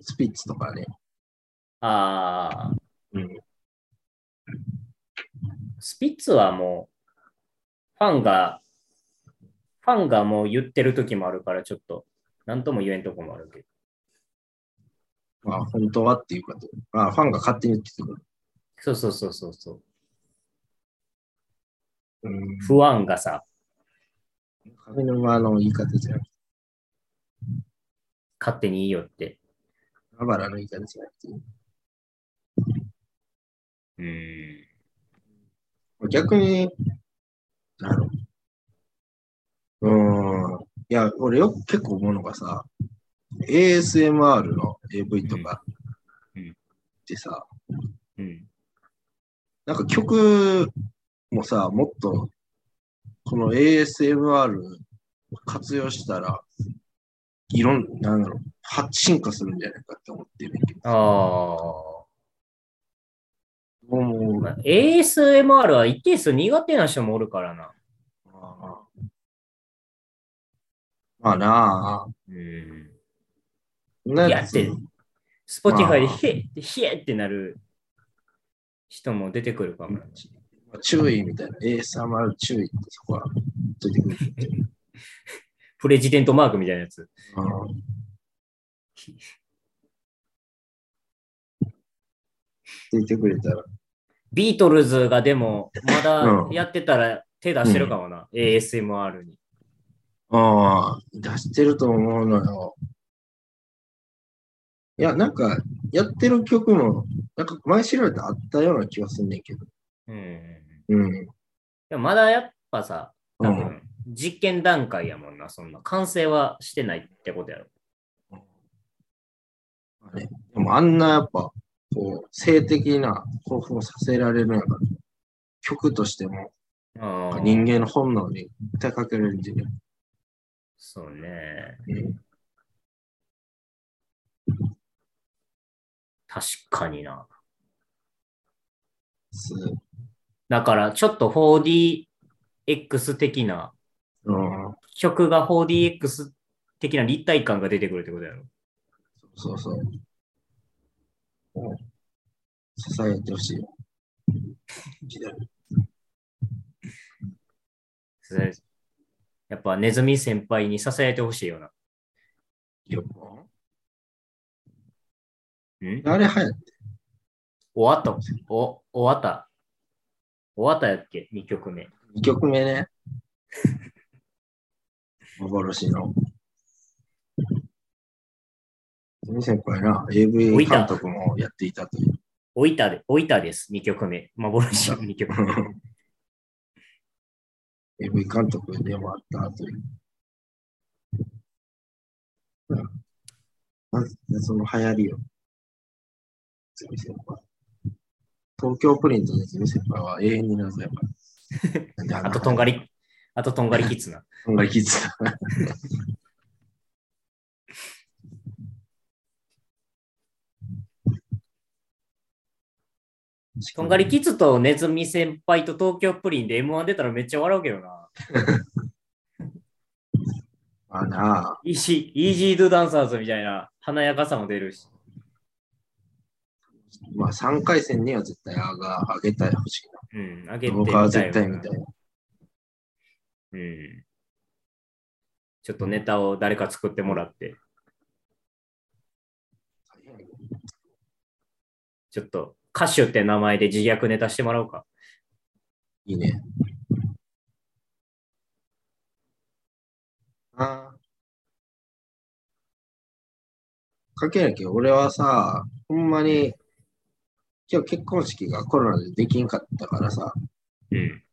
スピッツとかね。
ああ、
うん。
スピッツはもう、ファンが、ファンがもう言ってる時もあるから、ちょっと、なんとも言えんとこもあるけど。
まあ、本当はっていうかと。まあ、ファンが勝手に言ってくる。
そうそうそうそうそう。
うん。
不安がさ、
上沼の言い方じゃなくて、
勝手にいいよって。
あばらの言い方じゃなくて。
うん。
逆に、なるうーん。いや、俺よく結構思うのがさ、ASMR の AV とか
うんうん
ってさ、
うん。
なんか曲もさ、もっと、この ASMR を活用したら、いろん、なんだろう、発進化するんじゃないかって思ってるんやけど、
ああ。
どう思う
まあ ASMR は一定数苦手な人もおるからな。
ああまあなあ、
うん。
そんな
や
や
っ
つ
て、Spotify で
まあ
ヒエッ、ヒエってなる人も出てくるかもな。
注意みたいな、ASMR 注意ってそこは出てくるって。
プレジデントマークみたいなやつ。
ああ出てくれたら、
ビートルズがでも、まだ
うん
やってたら手出してるかもな。ASMR に。
ああ、出してると思うのよ。いや、なんか、やってる曲も、なんか前調べてあったような気がすんねんけど。
うん。
うん。
でもまだやっぱさ、
う
多
ん。
分、実験段階やもんな。そんな、完成はしてないってことやろ。
ね、でもあんなやっぱ、こう、性的な興奮をさせられるんやから、曲としても、
ああ。
人間の本能に訴えかけるんじゃない
そうね。
うん
確かにな。
す
だから、ちょっと 4DX 的な、
うん、
曲が 4DX 的な立体感が出てくるってことやろ。
そうそう。うん支えてほしい。
やっぱネズミ先輩に支えてほしいよな。ん
あれ流行っ
終わったお、終わった。終わったやっけ ?2 曲目。
2曲目ね。幻の。泉先輩な、
置
AV
いた
監督もやっていたという。
置いたで、置いたです。2曲目。幻の2曲目。
AV 監督でもあったという。うんまず、その流行りを。泉先輩。東京プリントの泉先輩は永遠に謎やから。
あと、とんがり、あと、とんがりキッズな。
とんがりキッズだ。
とんがりキッズとネズミ先輩と東京プリンで M1 出たらめっちゃ笑うけどな。
まあなあ。
イージー、イージードゥダンサーズみたいな華やかさも出るし。
まあ3回戦には絶対あが上げたい欲しい
うん、あげ
な。
て
僕は絶対みたいな。
うん。ちょっとネタを誰か作ってもらって。ちょっと歌手って名前で自虐ネタしてもらおうか。
いいね。
あ
かけなきゃ俺はさ、ほんまに、今日結婚式がコロナでできんかったからさ、
うん。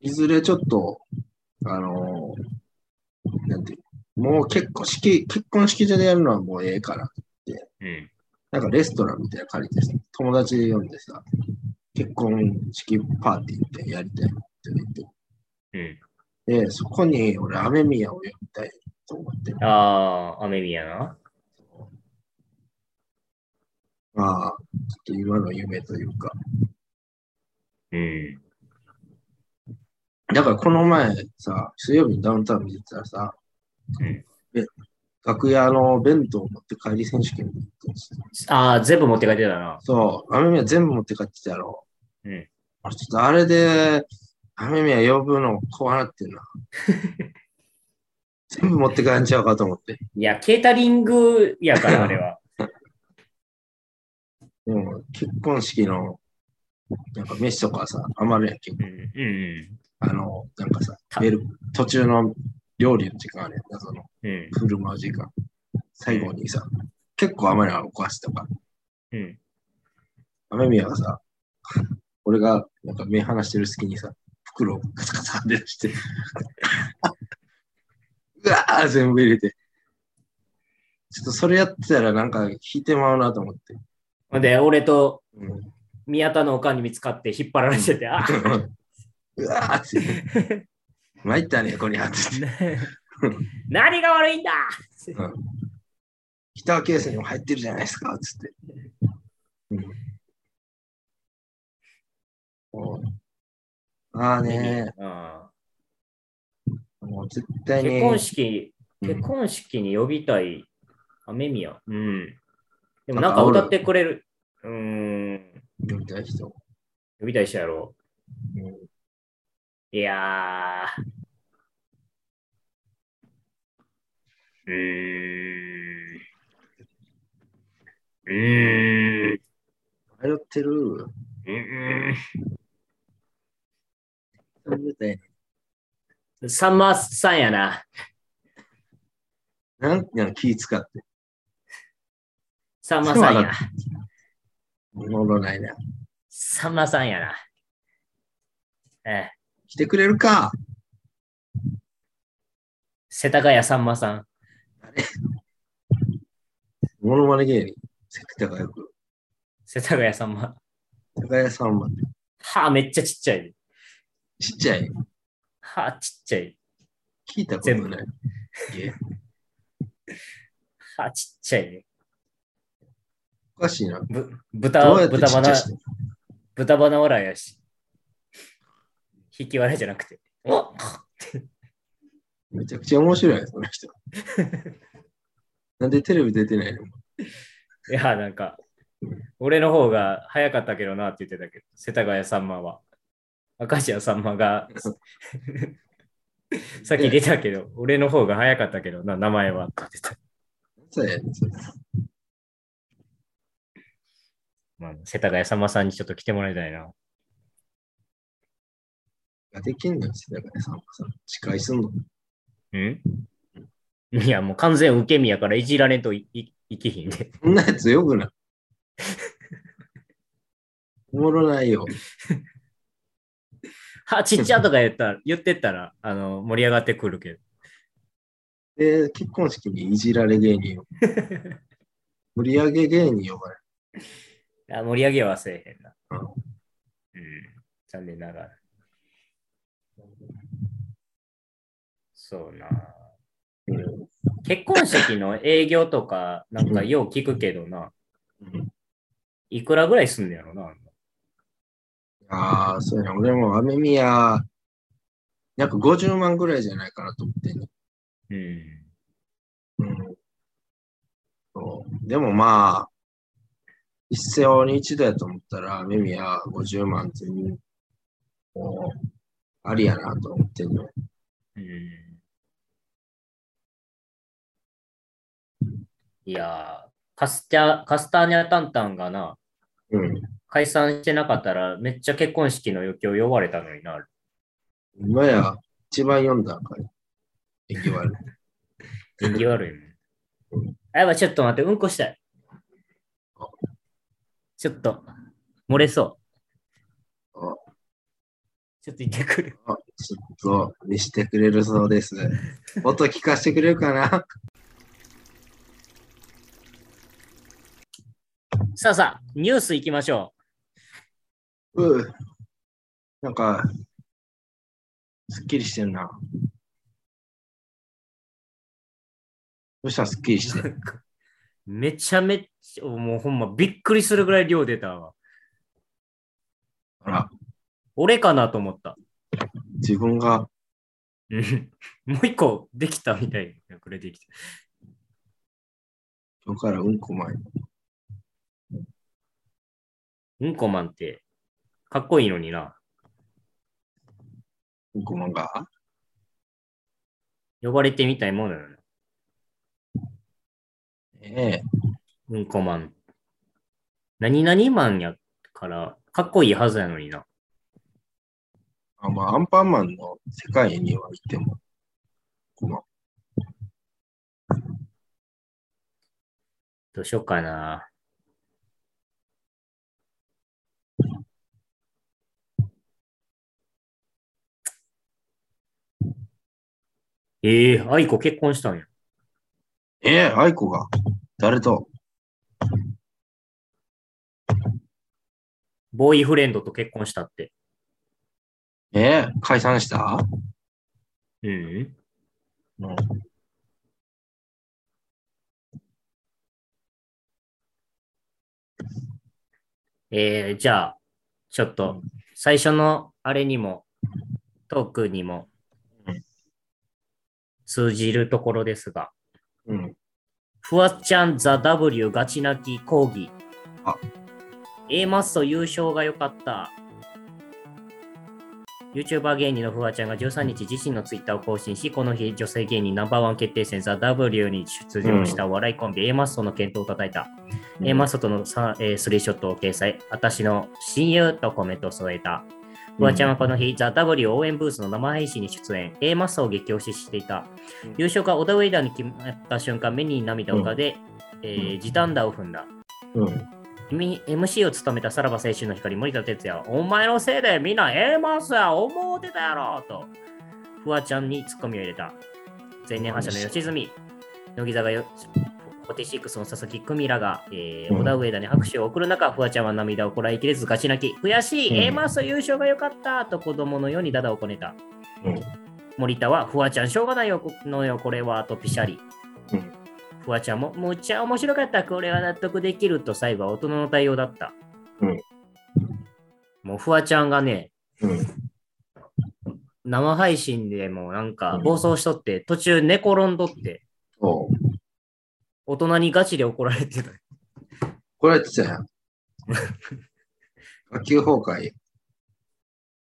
いずれちょっと、あのーなんていうのもう結婚式、結婚式場でやるのはもうええから、
うん。
なんかレストランみたいなの借りてさ、友達で呼んでさ、結婚式パーティーみたいなのやりたいって
うん。
言って、で、そこに俺、アメミヤを呼びたいと思って、
ああ、雨宮な。
まあ、ちょっと今の夢というか、
うん。
だからこの前さ、水曜日にダウンタウン見てたらさ、
うん
で楽屋の弁当を持って帰り選手権に行ってんですよ
ああ、全部持って帰ってたな。
そう、雨宮全部持って帰ってたやろ。
うん
俺ちょっとあれで、雨宮呼ぶの怖なってんな。 全部持って帰んちゃうかと思って。
いや、ケータリングや から、あれは。
でも結婚式の、なんか飯とかさ、余るやんけど
うん。う
あの、なんかさ
た、
メール途中の料理の時間あるやんか、その。
ん。うん。
振る舞う時間。最後にさ、結構雨のお菓子とか、
うん。
雨宮がさ、俺がなんか目離してる隙にさ、袋をカサカサ出して、うわー全部入れて。ちょっとそれやってたらなんか引いてまうなと思って。
ほんで、俺と
うん
宮田のおかんに見つかって引っ張られてて、 あ
うわーって。参ったね、こりゃって言って。
何が悪いんだ
ギターケースにも入ってるじゃないですか、つって。うんおうああね
うん
もう絶 対に。
結婚式、
うん
結婚式に呼びたい、雨宮。うん。でも
な
なん
か
んか
おる
歌ってくれる。うーん。
みたい人。
呼びたい人やろ
うん
う。いやー。うーん。うーん。
迷ってる。
う
呼びたい
ーん。さんまさんやな。
なんなん気使って。
さんまさん
そう
や
だ。物のないな。
さんまさんやな。ええ。
来てくれるか
世田谷さんまさん。
物まね芸人。関高役。
世田谷さんま。
高谷さんまで。
はあ、めっちゃちっちゃい。
ちっちゃい。
はあ、ちっちゃい。
聞いたこと
全
ない。え
はあ、ちっちゃい。
おかしいな。
ぶ
どうやって
豚、豚
ちっちゃ
鼻
い、人
豚鼻笑いやし。引き笑いじゃなくて。お
めちゃくちゃ面白い、その人。なんでテレビ出てないの
いや、なんか、俺の方が早かったけどなって言ってたけど、世田谷さんまは。明石家さんまが、さっき出たけど、俺の方が早かったけどな、名前はって言ってた。
そうやねんそれ
まあ、世田谷さんまさんにちょっと来てもらいたいな。
ができんのよ、世田谷さんもさ。司会すんの。
んいや、もう完全受け身やからいじられんといいいきひんで。
そんなやつよくない。おもろないよ。
は、ちっちゃとか言ったら、言ってったら、あの、盛り上がってくるけど。
で、結婚式にいじられ芸人 を。盛り上げ芸人呼ばれる。
あ盛り上げはせえへんな。
うん
うん。残念ながら。そうな。結婚式の営業とか、なんかよう聞くけどな。
うん
いくらぐらいすんのやろな。
ああ、そうやな。俺も雨宮、なんか50万ぐらいじゃないかなと思ってんの。
うん。
うんそうでもまあ、一世に一度やと思ったら、メミは50万っていう、もう、ありやなと思ってるの。
うんいやー、カスタカスターニャタンタンがな、
うん。
解散してなかったら、めっちゃ結婚式の余興呼ばれたのにな。
今や、一番読んだんかい。演技悪い。
縁起悪いもん。あ、やばい、ちょっと待って、うんこしたい。ちょっと、漏れそう
あ。
ちょっと行ってくる。
あちょっと見してくれるそうです。音聞かせてくれるかな
さあさあ、ニュース行きましょ
うん。なんか、すっきりしてんな。どうしたすっきりして。
う。めちゃめちゃ、もうほんまびっくりするぐらい量出たわ。
あら、
俺かなと思った。
自分が、
うんもう一個できたみたいな。これできた。
今日からうんこ前。
うんこマンって、かっこいいのにな。
うんこマンが
呼ばれてみたいものよな。
ええ。
うんこマン。何々マンやから、かっこいいはずやのにな。
あまあ、アンパンマンの世界には行っても、この、
どうしようかな。ええー、愛子結婚したんや。
ええ、愛子が、誰と、
ボーイフレンドと結婚したって。
ええ、解散した
うんうん。
うん。
えー、じゃあ、ちょっと、最初のあれにも、トークにも
うん、
通じるところですが、
うん。
フワちゃんザ・ W ガチ泣き講義。
あ
A マッソ優勝が良かった。YouTuber 芸人のフワちゃんが13日自身の Twitter を更新し、この日女性芸人ナンバーワン決定戦ザ・ W に出場したお笑いコンビ、A マッソの健闘を叩いた。A マッソとのさ、えースリーショットを掲載、私の親友とコメントを添えた。フワちゃんはこの日、ザ・ W 応援ブースの生配信に出演、A マッソを激推ししていた。優勝がオダウェイダーに決まった瞬間、目に涙を浮かべ、えー時短打を踏んだ。
うん。
君 MC を務めたさらば青春の光森田哲也はお前のせいでみんな A マスや思うてたやろとフワちゃんにツッコミを入れた前年覇者の吉住乃木坂よ46の佐々木久美らが、えー
うん
小田上田に拍手を送る中、フワちゃんは涙をこらえきれずガチ泣き悔しい、
うん
A マス優勝が良かったと子供のようにダダをこねた、
うん
森田はフワちゃんしょうがないよこのよこれはとピシャリフワちゃんも、むっちゃ面白かった、これは納得できると最後は大人の対応だった。
うん
もうフワちゃんがね、
うん。
生配信でもなんか
うん
暴走しとって、途中寝転んどって、
そう。
大人にガチで怒られてた。
怒られてた やん。学級崩壊。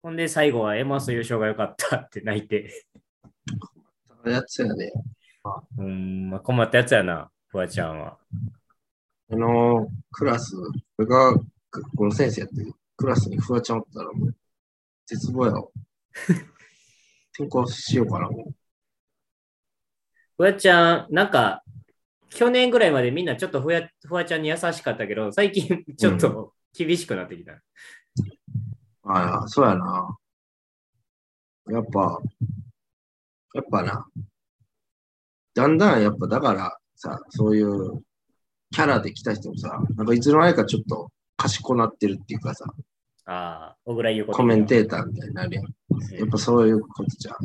ほんで最後はエマス優勝が良かったって泣いて。
やつやで。
ほんま困ったやつやな、フワちゃんは。
あのー、クラス、俺が学校の先生やってるクラスにフワちゃんおったらもう、絶望や ろ。転校しようかな、も
フワちゃん、なんか、去年ぐらいまでみんなちょっとフワフワちゃんに優しかったけど、最近ちょっと厳しくなってきた。
う。ああ、そうやな。やっぱ、やっぱな。だんだんやっぱだからさ、そういうキャラで来た人もさ、なんかいつの間にかちょっと賢なってるっていうかさ、
ああ、小倉優子的な
コメンテーターみたいになるやん。やっぱそういうことじゃん。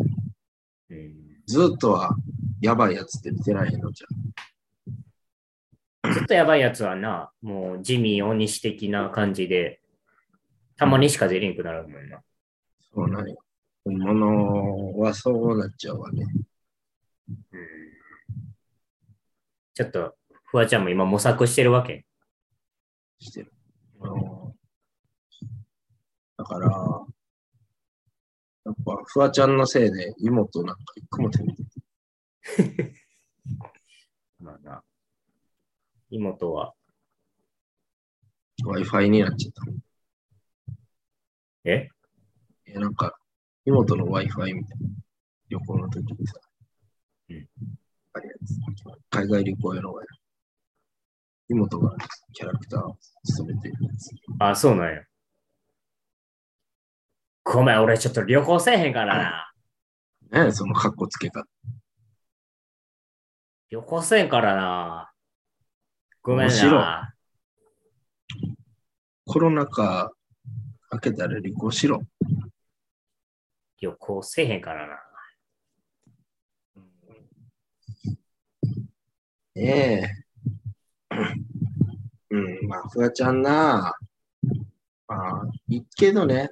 うん
ずっとはやばいやつって見てないのじ
ちょっとやばいやつはな、もうジミー、大西的な感じで、たまにしか出れんくなるもんな。
ゃん。そうなんよ。本物はそうなっちゃうわね。
ちょっと、フワちゃんも今模索してるわけ。
してる。あのだから、やっぱフワちゃんのせいで妹なんか一個も手に入れて
まあな。妹は、
Wi-Fi になっちゃった。
え
え、なんか、妹の Wi-Fi みたいな。旅行の時にさ。
うん
あれやつ海外旅行やろうや。妹がキャラクターを務めてるやつ。
あ、そうなんや。ごめん、俺ちょっと旅行せえへんからな。
ねえそのカッコつけ方。
旅行せえへんからな。ごめん
面白い
な。
コロナ禍明けたら旅行しろ。
旅行せえへんからな。
ねえ。うん、まあ、フワちゃんな。まあ、いいけどね。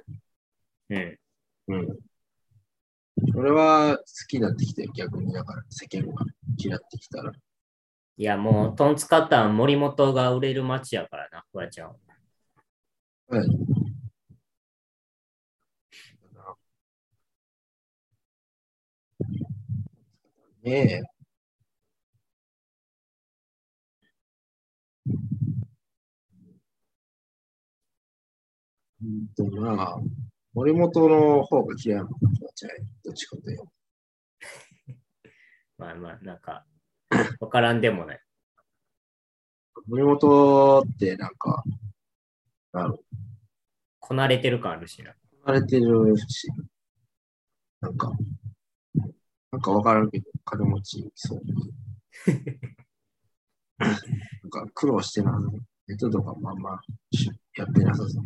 うん。
うん。俺は好きになってきたよ、逆に。だから、世間が嫌ってきたら。
いや、もう、トンツカタン森本が売れる街やからな、フワちゃん。
はい。ねえ。うんとなあ、森本の方が嫌いなのかな、じゃあどっちかというと。
まあまあ、なんか、わからんでもない。
森本ってなんか、あの、
こなれてる感あるしな。
生まれてるし、なんか、なんかわからんけど、金持ちそう。なんか苦労してなさそう。ネットとかもあんましやってなさそう。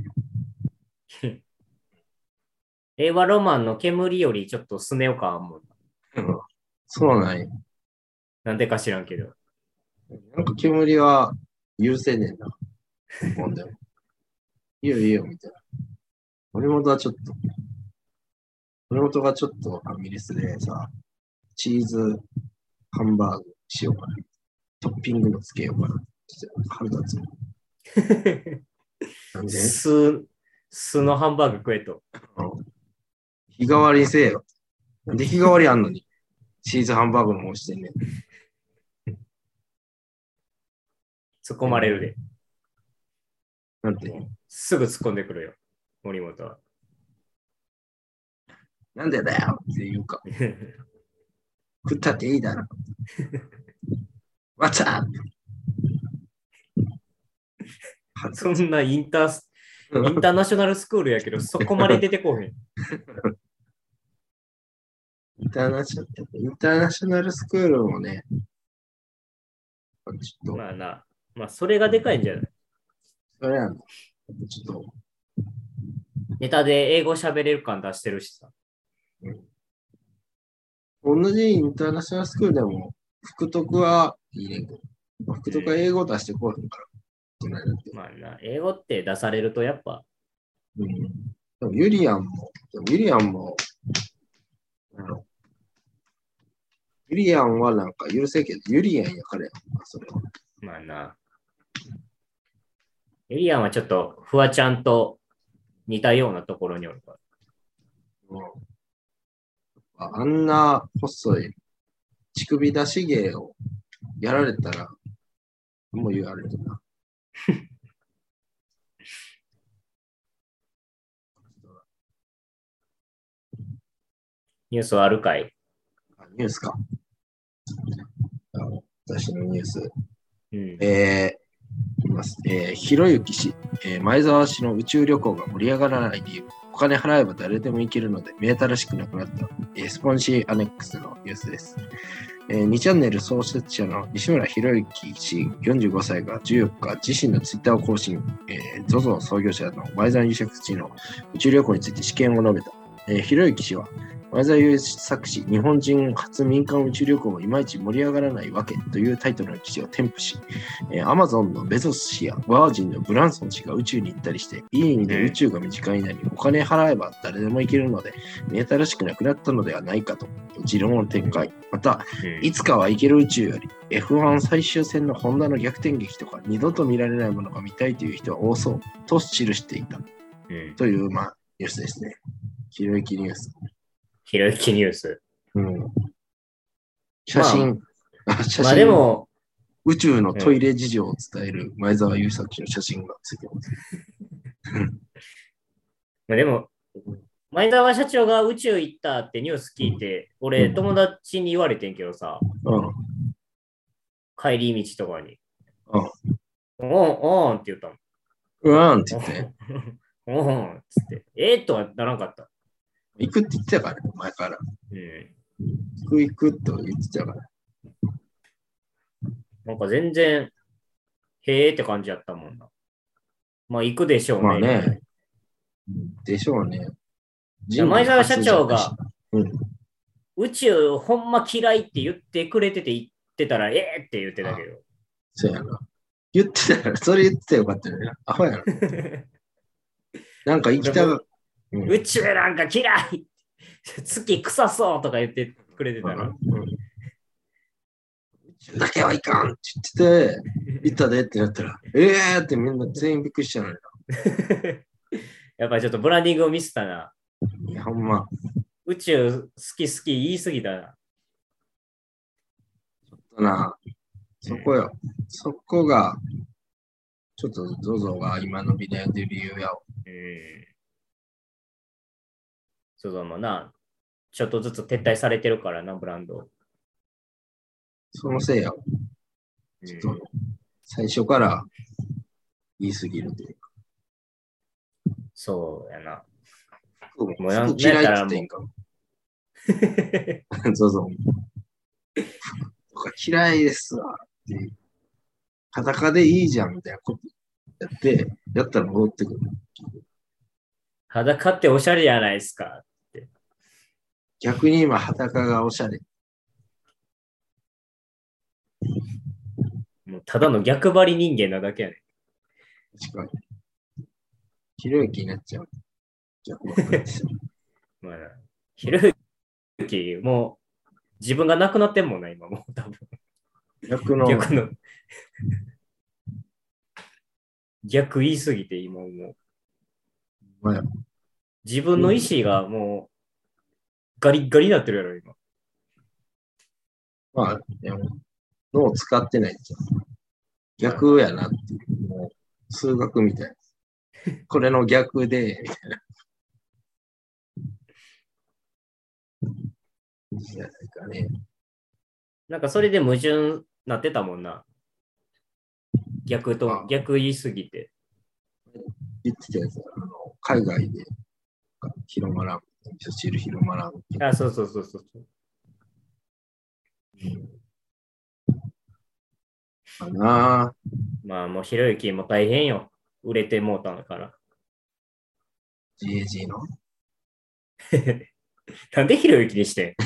令和ロマンの煙よりちょっとスネオ感あんもん。
うんそうなんや。
なんでか知らんけど。
なんか煙は許せねえな。日本でも。いいよいいよ、みたいな。森本はちょっと、森本がちょっとファミレスでさ、チーズハンバーグしようかな。トッピングもつけようかな。ちょっと腹立 つ。なんで
酢、酢のハンバーグ食えと。
日替わりにせえよ。なんで日替わりあんのに、チーズハンバーグの方してんねん。
突っ込まれるで。
なんて。
すぐ突っ込んでくるよ。森本は。
なんでだよっていうか、食ったっていいだろ。わちゃ
そんなインタース、インターナショナルスクールやけど、そこまで出てこへん。
インターナショナル、インターナショナルスクールもね、ちょっと、
まあな。まあ、それがでかいんじゃない
それやな。ちょっと、
ネタで英語喋れる感出してるしさ。
同じインターナショナルスクールでも、福徳はいいねんけど、福徳は英語出してこうへんから、大人になって。
まあな。英語って出されるとやっぱ、
うん。でも、ユリアンも、でもユリアンも、なんやろユリアンはなんか許せんけど、ユリアンやからやんか、それは。
まあな。エリアンはちょっと、フワちゃんと似たようなところにおるか
う
ら。
んああんな細い乳首出し芸をやられたら、もう言われるな。
ニュースはあるかい
あニュースか。あの私のニュース。
うん。
えー、います。えー、ひろゆき氏、えー前澤氏の宇宙旅行が盛り上がらない理由、お金払えば誰でも行けるので、目新しくなくなった、えースポンシーアネックスのニュースです。えー、2チャンネル創設者の西村博之氏45歳が14日、自身のツイッターを更新、えー、ZOZO 創業者の前澤友作氏の宇宙旅行について試験を述べた。えー、博之氏は、前澤友作氏、日本人初民間宇宙旅行もいまいち盛り上がらないわけというタイトルの記事を添付し、えー、アマゾンのベゾス氏やバージンのブランソン氏が宇宙に行ったりして、いい意味で宇宙が身近になり、お金払えば誰でも行けるので、目新しくなくなったのではないかと、持論を展開。また、
うん
いつかは行ける宇宙より F1 最終戦のホンダの逆転劇とか二度と見られないものが見たいという人は多そうと記していた
うん
という、まあ、ニュースですね。ひろゆきニュース。
ひろゆきニュース。
うん、写真、写真
まあでも、
宇宙のトイレ事情を伝える前澤友作氏の写真がついてます。
まあでも、前澤社長が宇宙行ったってニュース聞いて、俺、友達に言われてんけどさ、
うん。
帰り道とかに。
うん
おん、おんって言った
うわーんって言って、
の。 おんっつって。えー、とはならんかった。
行くって言ってたから、ね、前から。
うん。
行く行くと言ってたから。
なんか全然、へえって感じやったもんな。まあ行くでしょうね。
まあねでしょうね。
や前澤社長が
うん。
宇宙ほんま嫌いって言ってくれてて言ってたら、ええって言ってたけど。
そうやな。言ってたら、それ言ってたらよかったよね。アホやな。 なんか行きたが、うん
宇宙なんか嫌い 月臭そうとか言ってくれてたら。
うん宇宙だけはいかんって言ってて、行ったでってなったら、えーってみんな全員びっくりしたのよ。
やっぱりちょっとブランディングを見せたな。
いや、ほんま、
宇宙好き好き言い過ぎたな。
なそこよ。そこが、ちょっと ZOZO が今伸び悩んでる理由やわ
うん。そうそうもうな、ちょっとずつ撤退されてるからな、ブランド。
そのせいやわ
うん
ちょっと、最初から言いすぎるというか。
そうやな。
服
もうやん
服嫌いって言っていいんか。そうそう。とか嫌いですわっていう。裸でいいじゃんみたいなことやって、やったら戻ってくる。
裸っておしゃれじゃないですか。
逆に今、裸がおしゃれ。
もうただの逆張り人間なだけやね
確かに。ひろゆきになっちゃう。逆ばっかりですよ
ん。まあな、ひろゆき、もう自分がなくなってんもんな、今もう多分。
逆 の、
逆の。逆言いすぎて、今もう。
まあ、
自分の意思がもう、ガリッガリになってるやろ、今。
まあ、でも、脳使ってないじゃん。逆やなっていう。もう、数学みたいな。これの逆で、みたいな。いいじゃないかね。
なんかそれで矛盾なってたもんな。逆
あ
と、逆言いすぎて。
言ってたやつだあの、海外で広まらん、味噌汁広まらん。
あ、そうそうそうそうそう。
かな
まあもうひろゆきも大変よ。売れてもうたんだから。
GAG の。
なんでひろゆきにして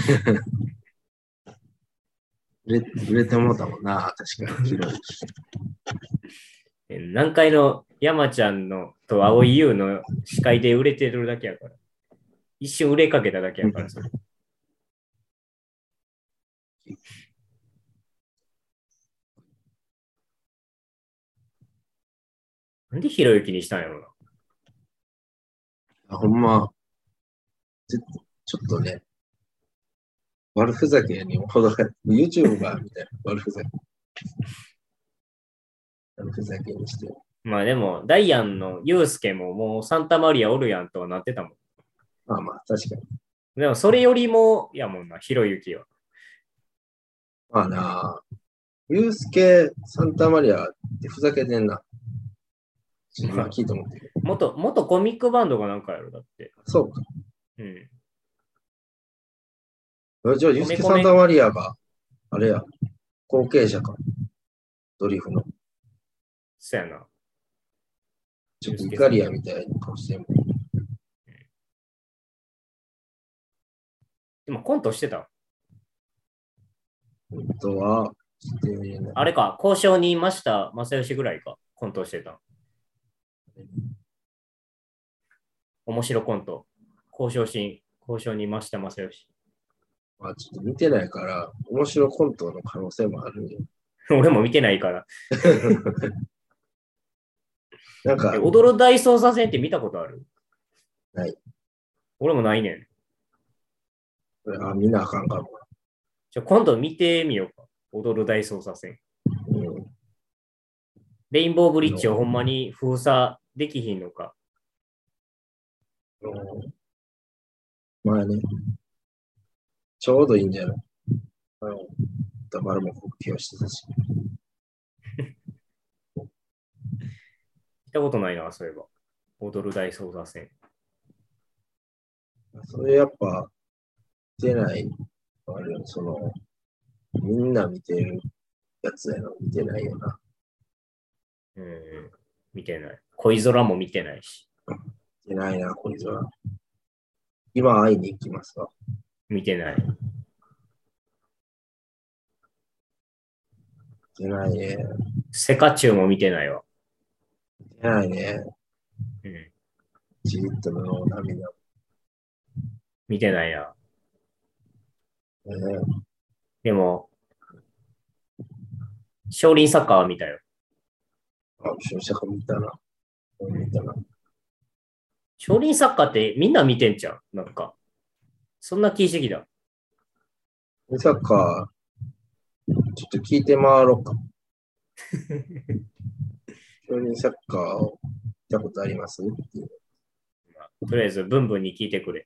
売れ売れてもうたもんな、確かに。広い。
んえ南海の山ちゃんのと青井優の司会で売れてるだけやから。一瞬売れかけただけやから、それ。なんでひろゆきにしたんやろな。
あほんま、ちょちょっとね、悪ふざけにもほどが、YouTube がみたいな、悪ふざけ。悪ふざけにして。
まあでも、ダイアンのユースケももうサンタマリアおるやんとはなってたもん。
まあまあ、確かに。
でもそれよりも、やもんな、ひろゆきは。
まあな、ユうスケ・サンタマリアってふざけてんな。ちょっと今聞いてもらってる。
元、元コミックバンドがなんかやろ、だって。
そうか。
うん。
あじゃあ、ユうスケ・サンタマリアが、あれや、後継者か。ドリフの。
そやな。
ちょっとイカリアみたいな顔してる
でもコントしてた。
本当は、してるね
あれか、交渉にいました、正義ぐらいか、コントしてた。面白コント。交渉し、交渉にいました、正義。
まあ、ちょっと見てないから、面白コントの可能性もあるよ。
俺も見てないから。
なんか
え、踊る大捜査線って見たことある
ない。
俺もないねん。
あ見なあかんかも。
ちょ今度見てみようか。踊る大捜査線。
うん
レインボーブリッジをほんまに封鎖できひんのか。
まあね。ちょうどいいんじゃないうん。ダバルも呼吸をしてたし。
行ったことないな、そういえば。踊る大捜査線。
それやっぱ、出ない、あれよその、みんな見てるやつやな、見てないよな。
うんうん。見てない。恋空も見てないし。
見てないな、こいつは。今会いに行きますわ。
見てない。
見てないね。
セカチュウも見てないわ。
見てないね。
うん。
じりっとの涙。
見てないな。
ね、
でも、少林サッカーは見たよ。
あ、就職見たな。見たな。
少林サッカーってみんな見てんじゃん。なんか。そんな気してきだ。
まさか、ちょっと聞いて回ろうか。少林サッカーを見たことありますっていう
とりあえず、ブンブンに聞いてくれ。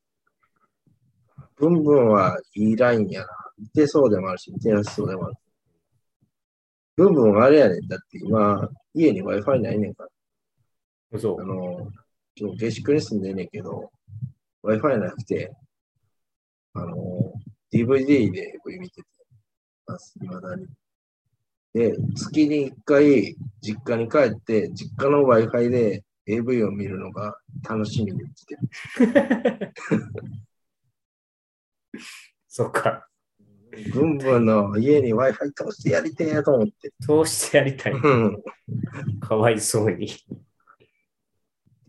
ブンブンはいいラインやな。見てそうでもあるし、見てなさそうでもある。ブンブンはあれやねん。だって今、家に Wi-Fi ないねんから。
嘘
あ。の、今日下宿に住んでんねんけど、Wi-Fi なくて、あの、DVD で AV 見ててます、未だに。で、月に1回、実家に帰って、実家の Wi-Fi で AV を見るのが楽しみに来てる。
そっか。
ブンブンの家に Wi-Fi 通してやりてえと思 って。
通してやりたい。
うん。って
かわいそうに。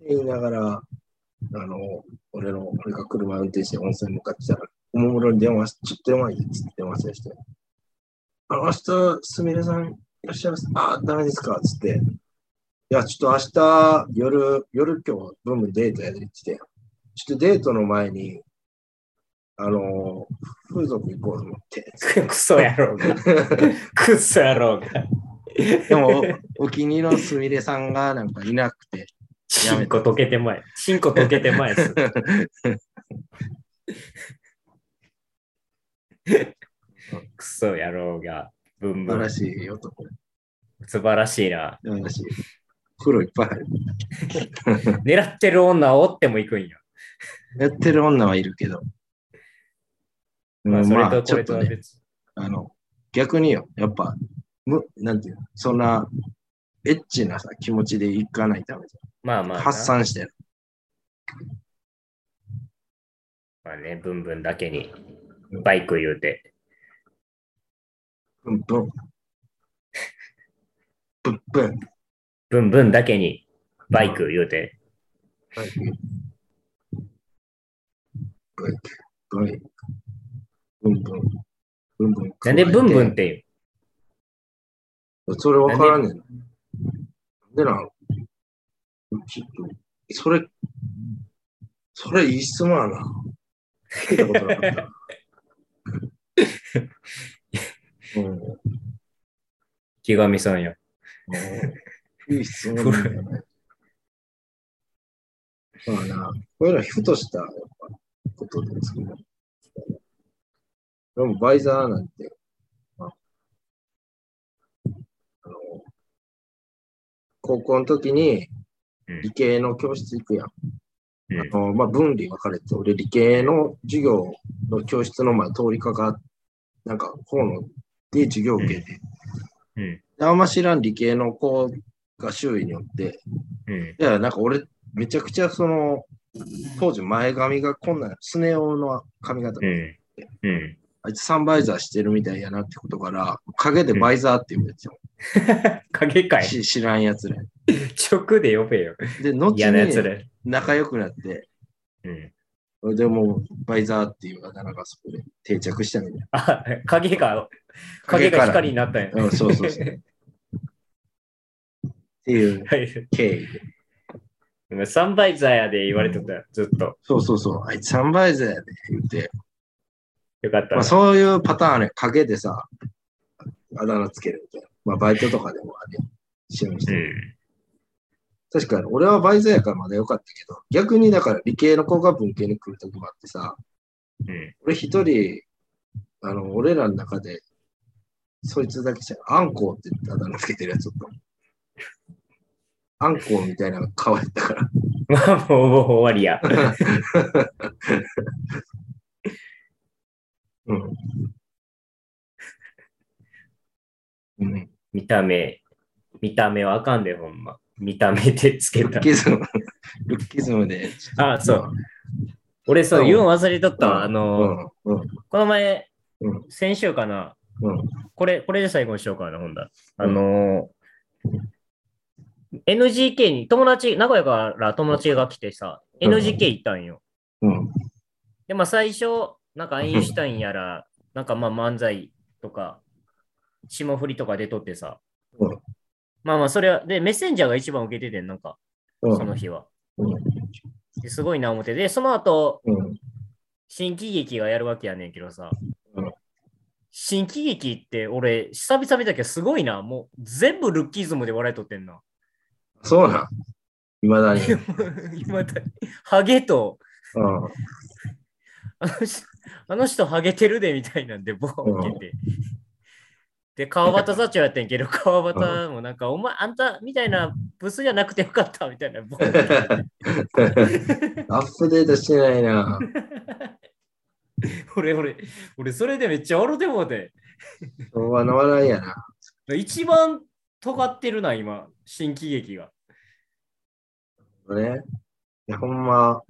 言いながら、あの、俺の、俺が車運転して温泉向かってたら、おもむろに電話し、ちょっと電話いいっつって電話せして、あの、明日、すみれさんいらっしゃいます。あ、ダメですかっつって、いや、ちょっと明日、夜、夜今日、ブンブンデートやでって言って、ちょっとデートの前に、あの、風俗行こうと思って、
クソ野郎が。クソ野郎が。
でも、お気に入りのすみれさんがなんかいなくて、
チンコ溶けてまえ。チンコ溶けてまえ っす。クソ野郎が。ブンブ
素晴ら
ン。
しい男。
素晴らしいな。
素晴らしい。黒いっぱい入る。
狙ってる女を追っても行くんや。
やってる女はいるけど。
まあ、
うん
そ
ま
れ
あ、
と
ちょ
これ
っ
と
と
は
ね、
別。
あの、逆によ、やっぱ、む、なんていうの、そんな、エッチなさ、気持ちでいかないためじ
まあ
ゃ
ま
ん
あな。
発散してる。
まあね、ブンブンだけに。バイク言うて。
ブンブン。ブンブン。
ブンブンだけに。バイク言うて。
ブイブイブイブンブン。ブンブン。
なんでブンブンって言う
それわからんねん。でな、ちょっと、それ、それいい質問やな。聞いたことなかった。うんう
木上さんや。
ん、いい質問だよね。まあな、こういうのはふとしたやっぱことですけど。でも、バイザーなんて、まあ、あの、高校の時に
うん
理系の教室行くやん。
うん
あのまあ、分離分かれて、俺理系の授業の教室の前通りかかっなんかこうので授業受けて、
うん。
であんま知らん理系の子が周囲におって、
うん。
いや、なんか俺、めちゃくちゃその、当時前髪がこんなん、スネ夫の髪型、
うん。うん。
あいつサンバイザーしてるみたいやなってことから、影でバイザーって言うんですよ。
影かい。
し知らんやつらに。
直で呼べよ。
で、後
嫌なやつ
に
ら。
仲良くなって、
うん。
でも、バイザーっていうあだ名がそこで定着したみたいな。
あ、影が、影が光になったんや。
うん、そうそうそう。っていう
はい。
経緯で。
今サンバイザーやで言われとったよずっと。
そうそうそう。あいつサンバイザーやで、言って。
よかった
まあ、
な。
そういうパターンね、影でさ、あだ名つけるみたいな。まあ、バイトとかでもある支援して
う
る。
ん。
確かに、俺はバイザーやからまだ良かったけど、逆にだから理系の子が文系に来るとこがあってさ、
うん。
俺一人、あの、俺らの中で、そいつだけじゃん、アンコウってあだ名つけてるやつおったもん。アンコウみたいな顔やったから。
まあ、もうもう終わりや。
うん。うん。
見た目、見た目はあかんで、ほんま。見た目でつけ
ル
た
ッ。キズム、ルッキズムで。
あ、そう。俺、そう、言うん忘れとったわ。あ
う
の、
ん。うん。
この前、
う
先週かな。
うん。
これ、これで最後にしようかな、ほんだ。あのー NGK に友達、名古屋から友達が来てさ、
うん
NGK 行ったんよ。
うん。
で、まあ最初、なんかアインシュタインやら、なんかまあ漫才とか、霜降りとか出とってさ
うん。
まあまあ、それは、で、メッセンジャーが一番受けててん、なんか、
う
その
ん。
日は。
うん。
ですごいな思って。で、その後、
うん。
新喜劇がやるわけやねんけどさ
うん。
新喜劇って俺、久々見たけどすごいな。もう全部ルッキズムで笑いとって んな。
そうなん。いまだに。 うん。
今だにハゲと、あの人あの人ハゲてるでみたいなんで、ボーンってて。で、川端座長やってんけど、川端もなんか、お前、あんたみたいなブスじゃなくてよかったみたいな、ボーンって て
アップデートしてないな。
俺、俺、俺、それでめっちゃ笑うてもうて。
昭和の笑いやな。
一番尖ってるな、今、新喜劇が。
ね。いや、ほんま。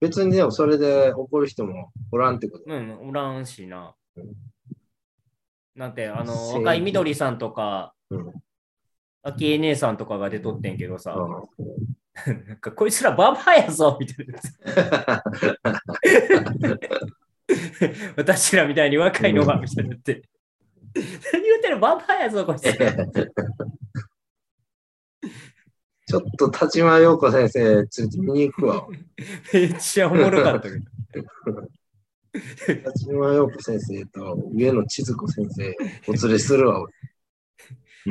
別にでもそれで怒る人もおらんってこと。
うん、おらんしな
うん。
なんて、あの、
せー
若いみどりさんとか、
うん。
あきえ姉さんとかが出とってんけどさ、
うん
なんかこいつらババアやぞみたいな。私らみたいに若いのは、みたいになって。何言うてるババアやぞ、こ いつら。
ちょっと立島陽子先生連れて見に行くわ。
めっちゃおもろかったけど。
立島陽子先生と上野千鶴子先生お連れするわ。俺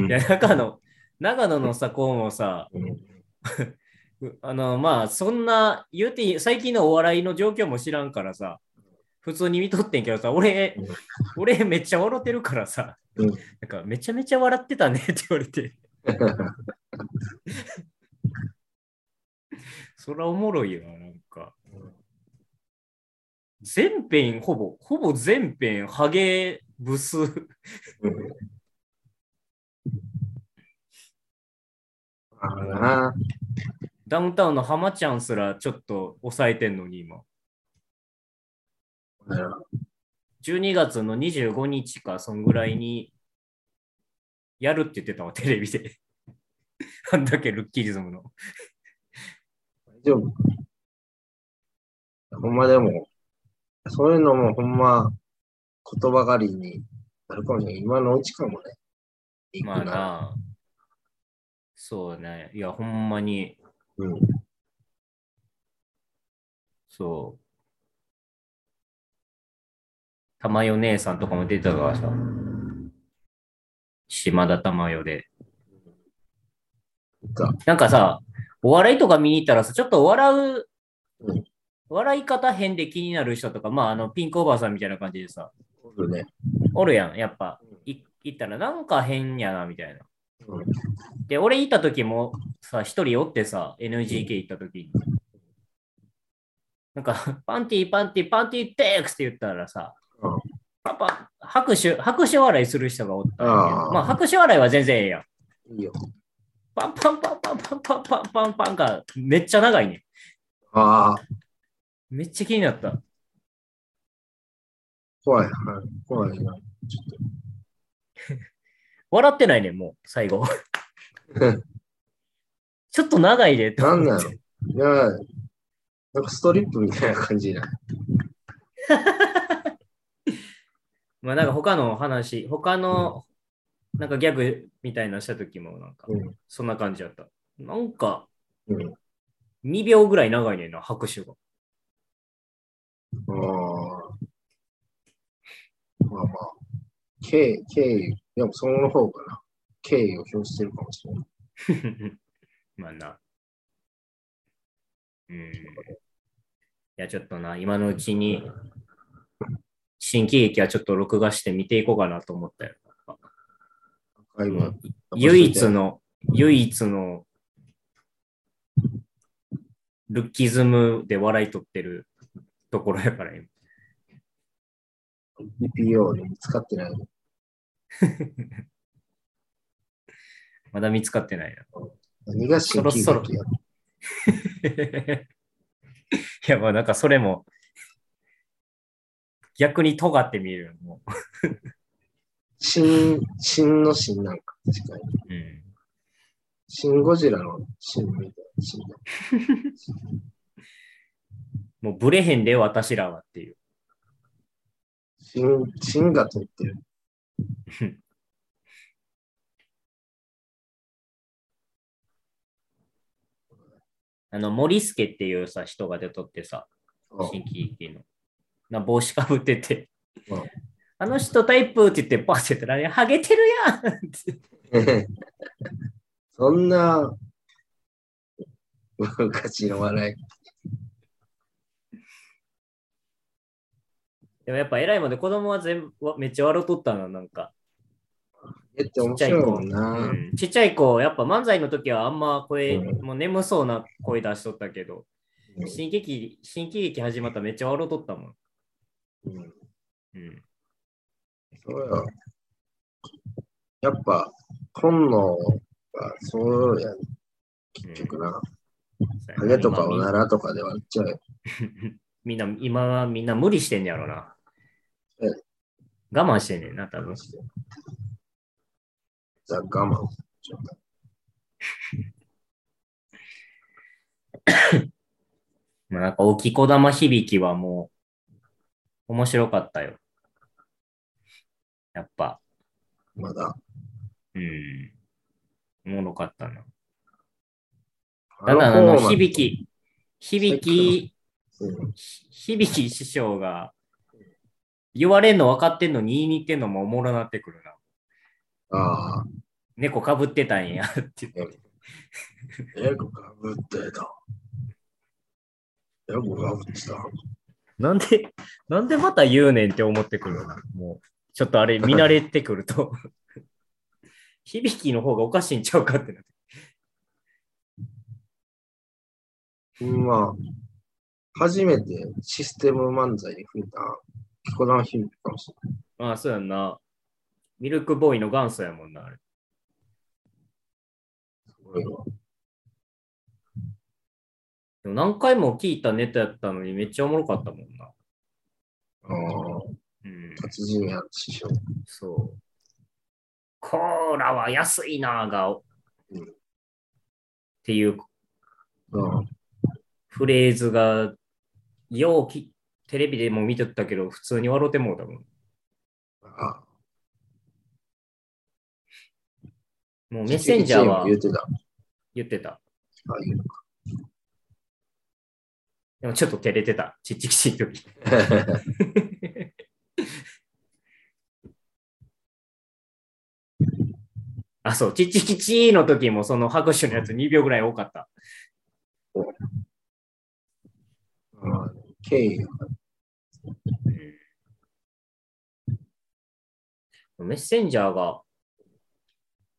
いや、長野、長野のさ、こうもさ、
うん
うあの、まあ、そんな、言うていい、最近のお笑いの状況も知らんからさ、普通に見とってんけどさ、俺
うん、
俺めっちゃ笑ってるからさ、
うん
なんかめちゃめちゃ笑ってたねって言われて、そらおもろいよな、なんか。全編、ほぼ、ほぼ全編、ハゲ、ブス。
うん ああなあ
ダウンタウンの浜ちゃんすらちょっと抑えてんのに今。
だから
12月の25日か、そんぐらいに、やるって言ってたわ、テレビで。 あんだけルッキリズムの。
大丈夫ほんまでも、そういうのもほんま、言葉狩りになるかもしれない。今のうちかもね。行
まあ
くな。
な。そうね。いや、ほんまに、
うん。
そう。たまよ姉さんとかも出てたからさ。島田たまよで。
か
なんかさ、お笑いとか見に行ったらさ、ちょっと笑う
うん、
笑い方変で気になる人とか、まあ、あの、ピンクおばあさんみたいな感じでさ、
そうだね。
おるやん、やっぱ。
うん
い行ったらなんか変やな、みたいな。
うん
で、俺行った時もさ、一人おってさ、NGK 行った時に。なんか、パンティーパンティーパンティーテックスって言ったらさ
うん、
やっぱ拍手、拍手笑いする人がおったんやけど
あー
まあ、拍手笑いは全然ええやん。
いいよ。
パンパンパンパンパンパンパンパンパンがめっちゃ長いね。
ああ、
めっちゃ気になった。
怖い。はい怖いな。ちょっ
笑ってないねん、もう、最後。ちょっと長いでって思って。
なんなのと。いや、なんかストリップみたいな感じになる。
まあなんか他の話、他のなんかギャグみたいなのした時もなんか、
うん
そんな感じだった。なんか
うん。
2秒ぐらい長いねんな、拍手が。
ああ。まあまあ。K、K、でもその方かな。敬意を表してるかもしれない。
まあな。うん。いや、ちょっとな、今のうちに、新喜劇はちょっと録画して見ていこうかなと思ったよ。
アーカイブは残しといて
唯一。の、唯一の、ルッキズムで笑い取ってるところやから、今
DPO で見つかってない。
まだ見つかってないな。
何が新喜劇や
そろそいや、まあなんかそれも、逆に尖って見えるよ、もう。
新、新の新なんか、確かに。
うん、
新ゴジラの新みたいな。新だ
もうブレへんで、私らはっていう。
新、新が撮ってる。
あの、森助っていうさ、人が出とってさ、
あ
新喜劇の。な帽子かぶってて
うん。
あの人タイプって言って、パーって言ったら、あれハゲてるやんって
そんな、昔の笑
でもやっぱ偉いもんで、子供は全部わめっちゃ笑うとったな、なんか。
い。えって面白いもんな。
うんちっちゃい子、やっぱ漫才の時はあんま声、もう眠そうな声出しとったけど、
うん
新喜劇、新喜劇始まったらめっちゃ笑うとったもん。
うん
うん、
そうや。やっぱ、今野はそうや、結局な。ハゲとかおならとかで割っちゃうよ。
みんな、 今はみんな無理してんねやろな。
う
我慢してんねんな、多分。
ザ・我慢。
まあ、なんか、おきこ玉響きはもう、面白かったよ。やっぱ、
まだ。
うん。おもろかったな。
あ
ただ、あの、
方が
響き、響き、
うん
ひ響き師匠が、言われんの分かってんのに言いに行ってんのもおもろなってくるな。
ああ、
猫かぶってたんやって言って。
エゴかぶってた。エゴかぶってた。
なんで、なんでまた言うねんって思ってくるな。もう、ちょっとあれ見慣れてくると、響きの方がおかしいんちゃうかってなって。
まあ、初めてシステム漫才に触れた、キコダンヒルかもし
ああ、そうやんな。ミルクボーイの元祖やもんな、あ
れ
れ。
ない。すごいわ。
でも何回も聞いたネタやったのにめっちゃおもろかったもんな。
ああ、
うん。
達人や師匠。
そう。コーラは安いなあが、お
うん
っていう
ああ、
フレーズが、ようきテレビでも見てたけど、普通に笑うてもうだもん。
ああ
もうメッセンジャーは
一位も言うてた。あ
言ってた。
あ言うの
でもちょっと照れてた。ちっちきちい時。
か
あ、そう、ちっちきちいの時もその拍手のやつ2秒ぐらい多かった。
ああ敬意が
メッセンジャーが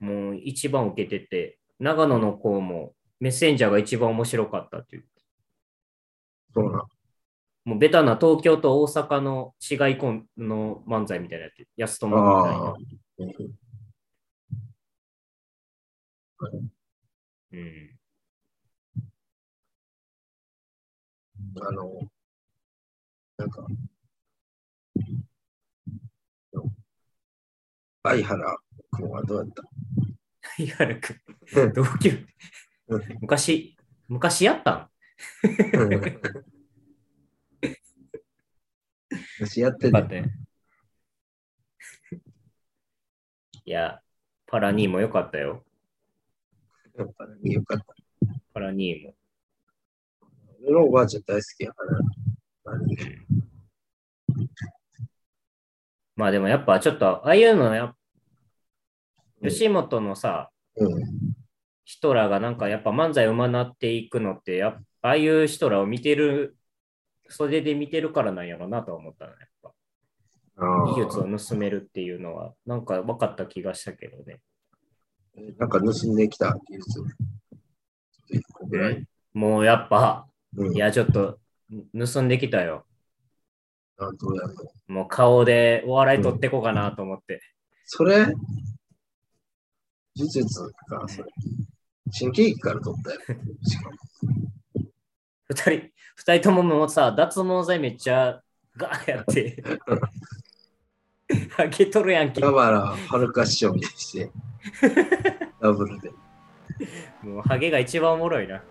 もう一番受けてて、長野の子もメッセンジャーが一番面白かったっていう。
そうな。
もうベタな東京と大阪の違いコンの漫才みたいなやつ、やすともみたい
あ
な
あ。うん
うん。
あの、なんか、相原君はどうやった
いやなんか
うん
同級
うん
昔、昔やった
私やって
んだ
た。
って。いや、パラニーも良かったよ。
やっぱりよかった。
パラニーも。
俺のおばあちゃん大好きやから。
まあでもやっぱちょっと、ああいうのや吉本のさ、
うん。
人らがなんかやっぱ漫才うまなっていくのって、やっぱああいう人らを見てる、袖で見てるからなんやろなとは思ったのね。やっぱ技術を盗めるっていうのは、なんか分かった気がしたけどね。
なんか盗んできた技術。一個ぐらい。
もうやっぱ、
うん
いや、ちょっと盗んできたよ。
あどうやろう
もう顔でお笑い取ってこうかなと思って。
それ、呪術か、それ。新喜劇から撮ったよ。しかも
二人、二人とももうさ、脱毛剤めっちゃガーやって。あげとるやんけ。
だから、はるか師匠にして、ダブルで。
もうハゲが一番おもろいな。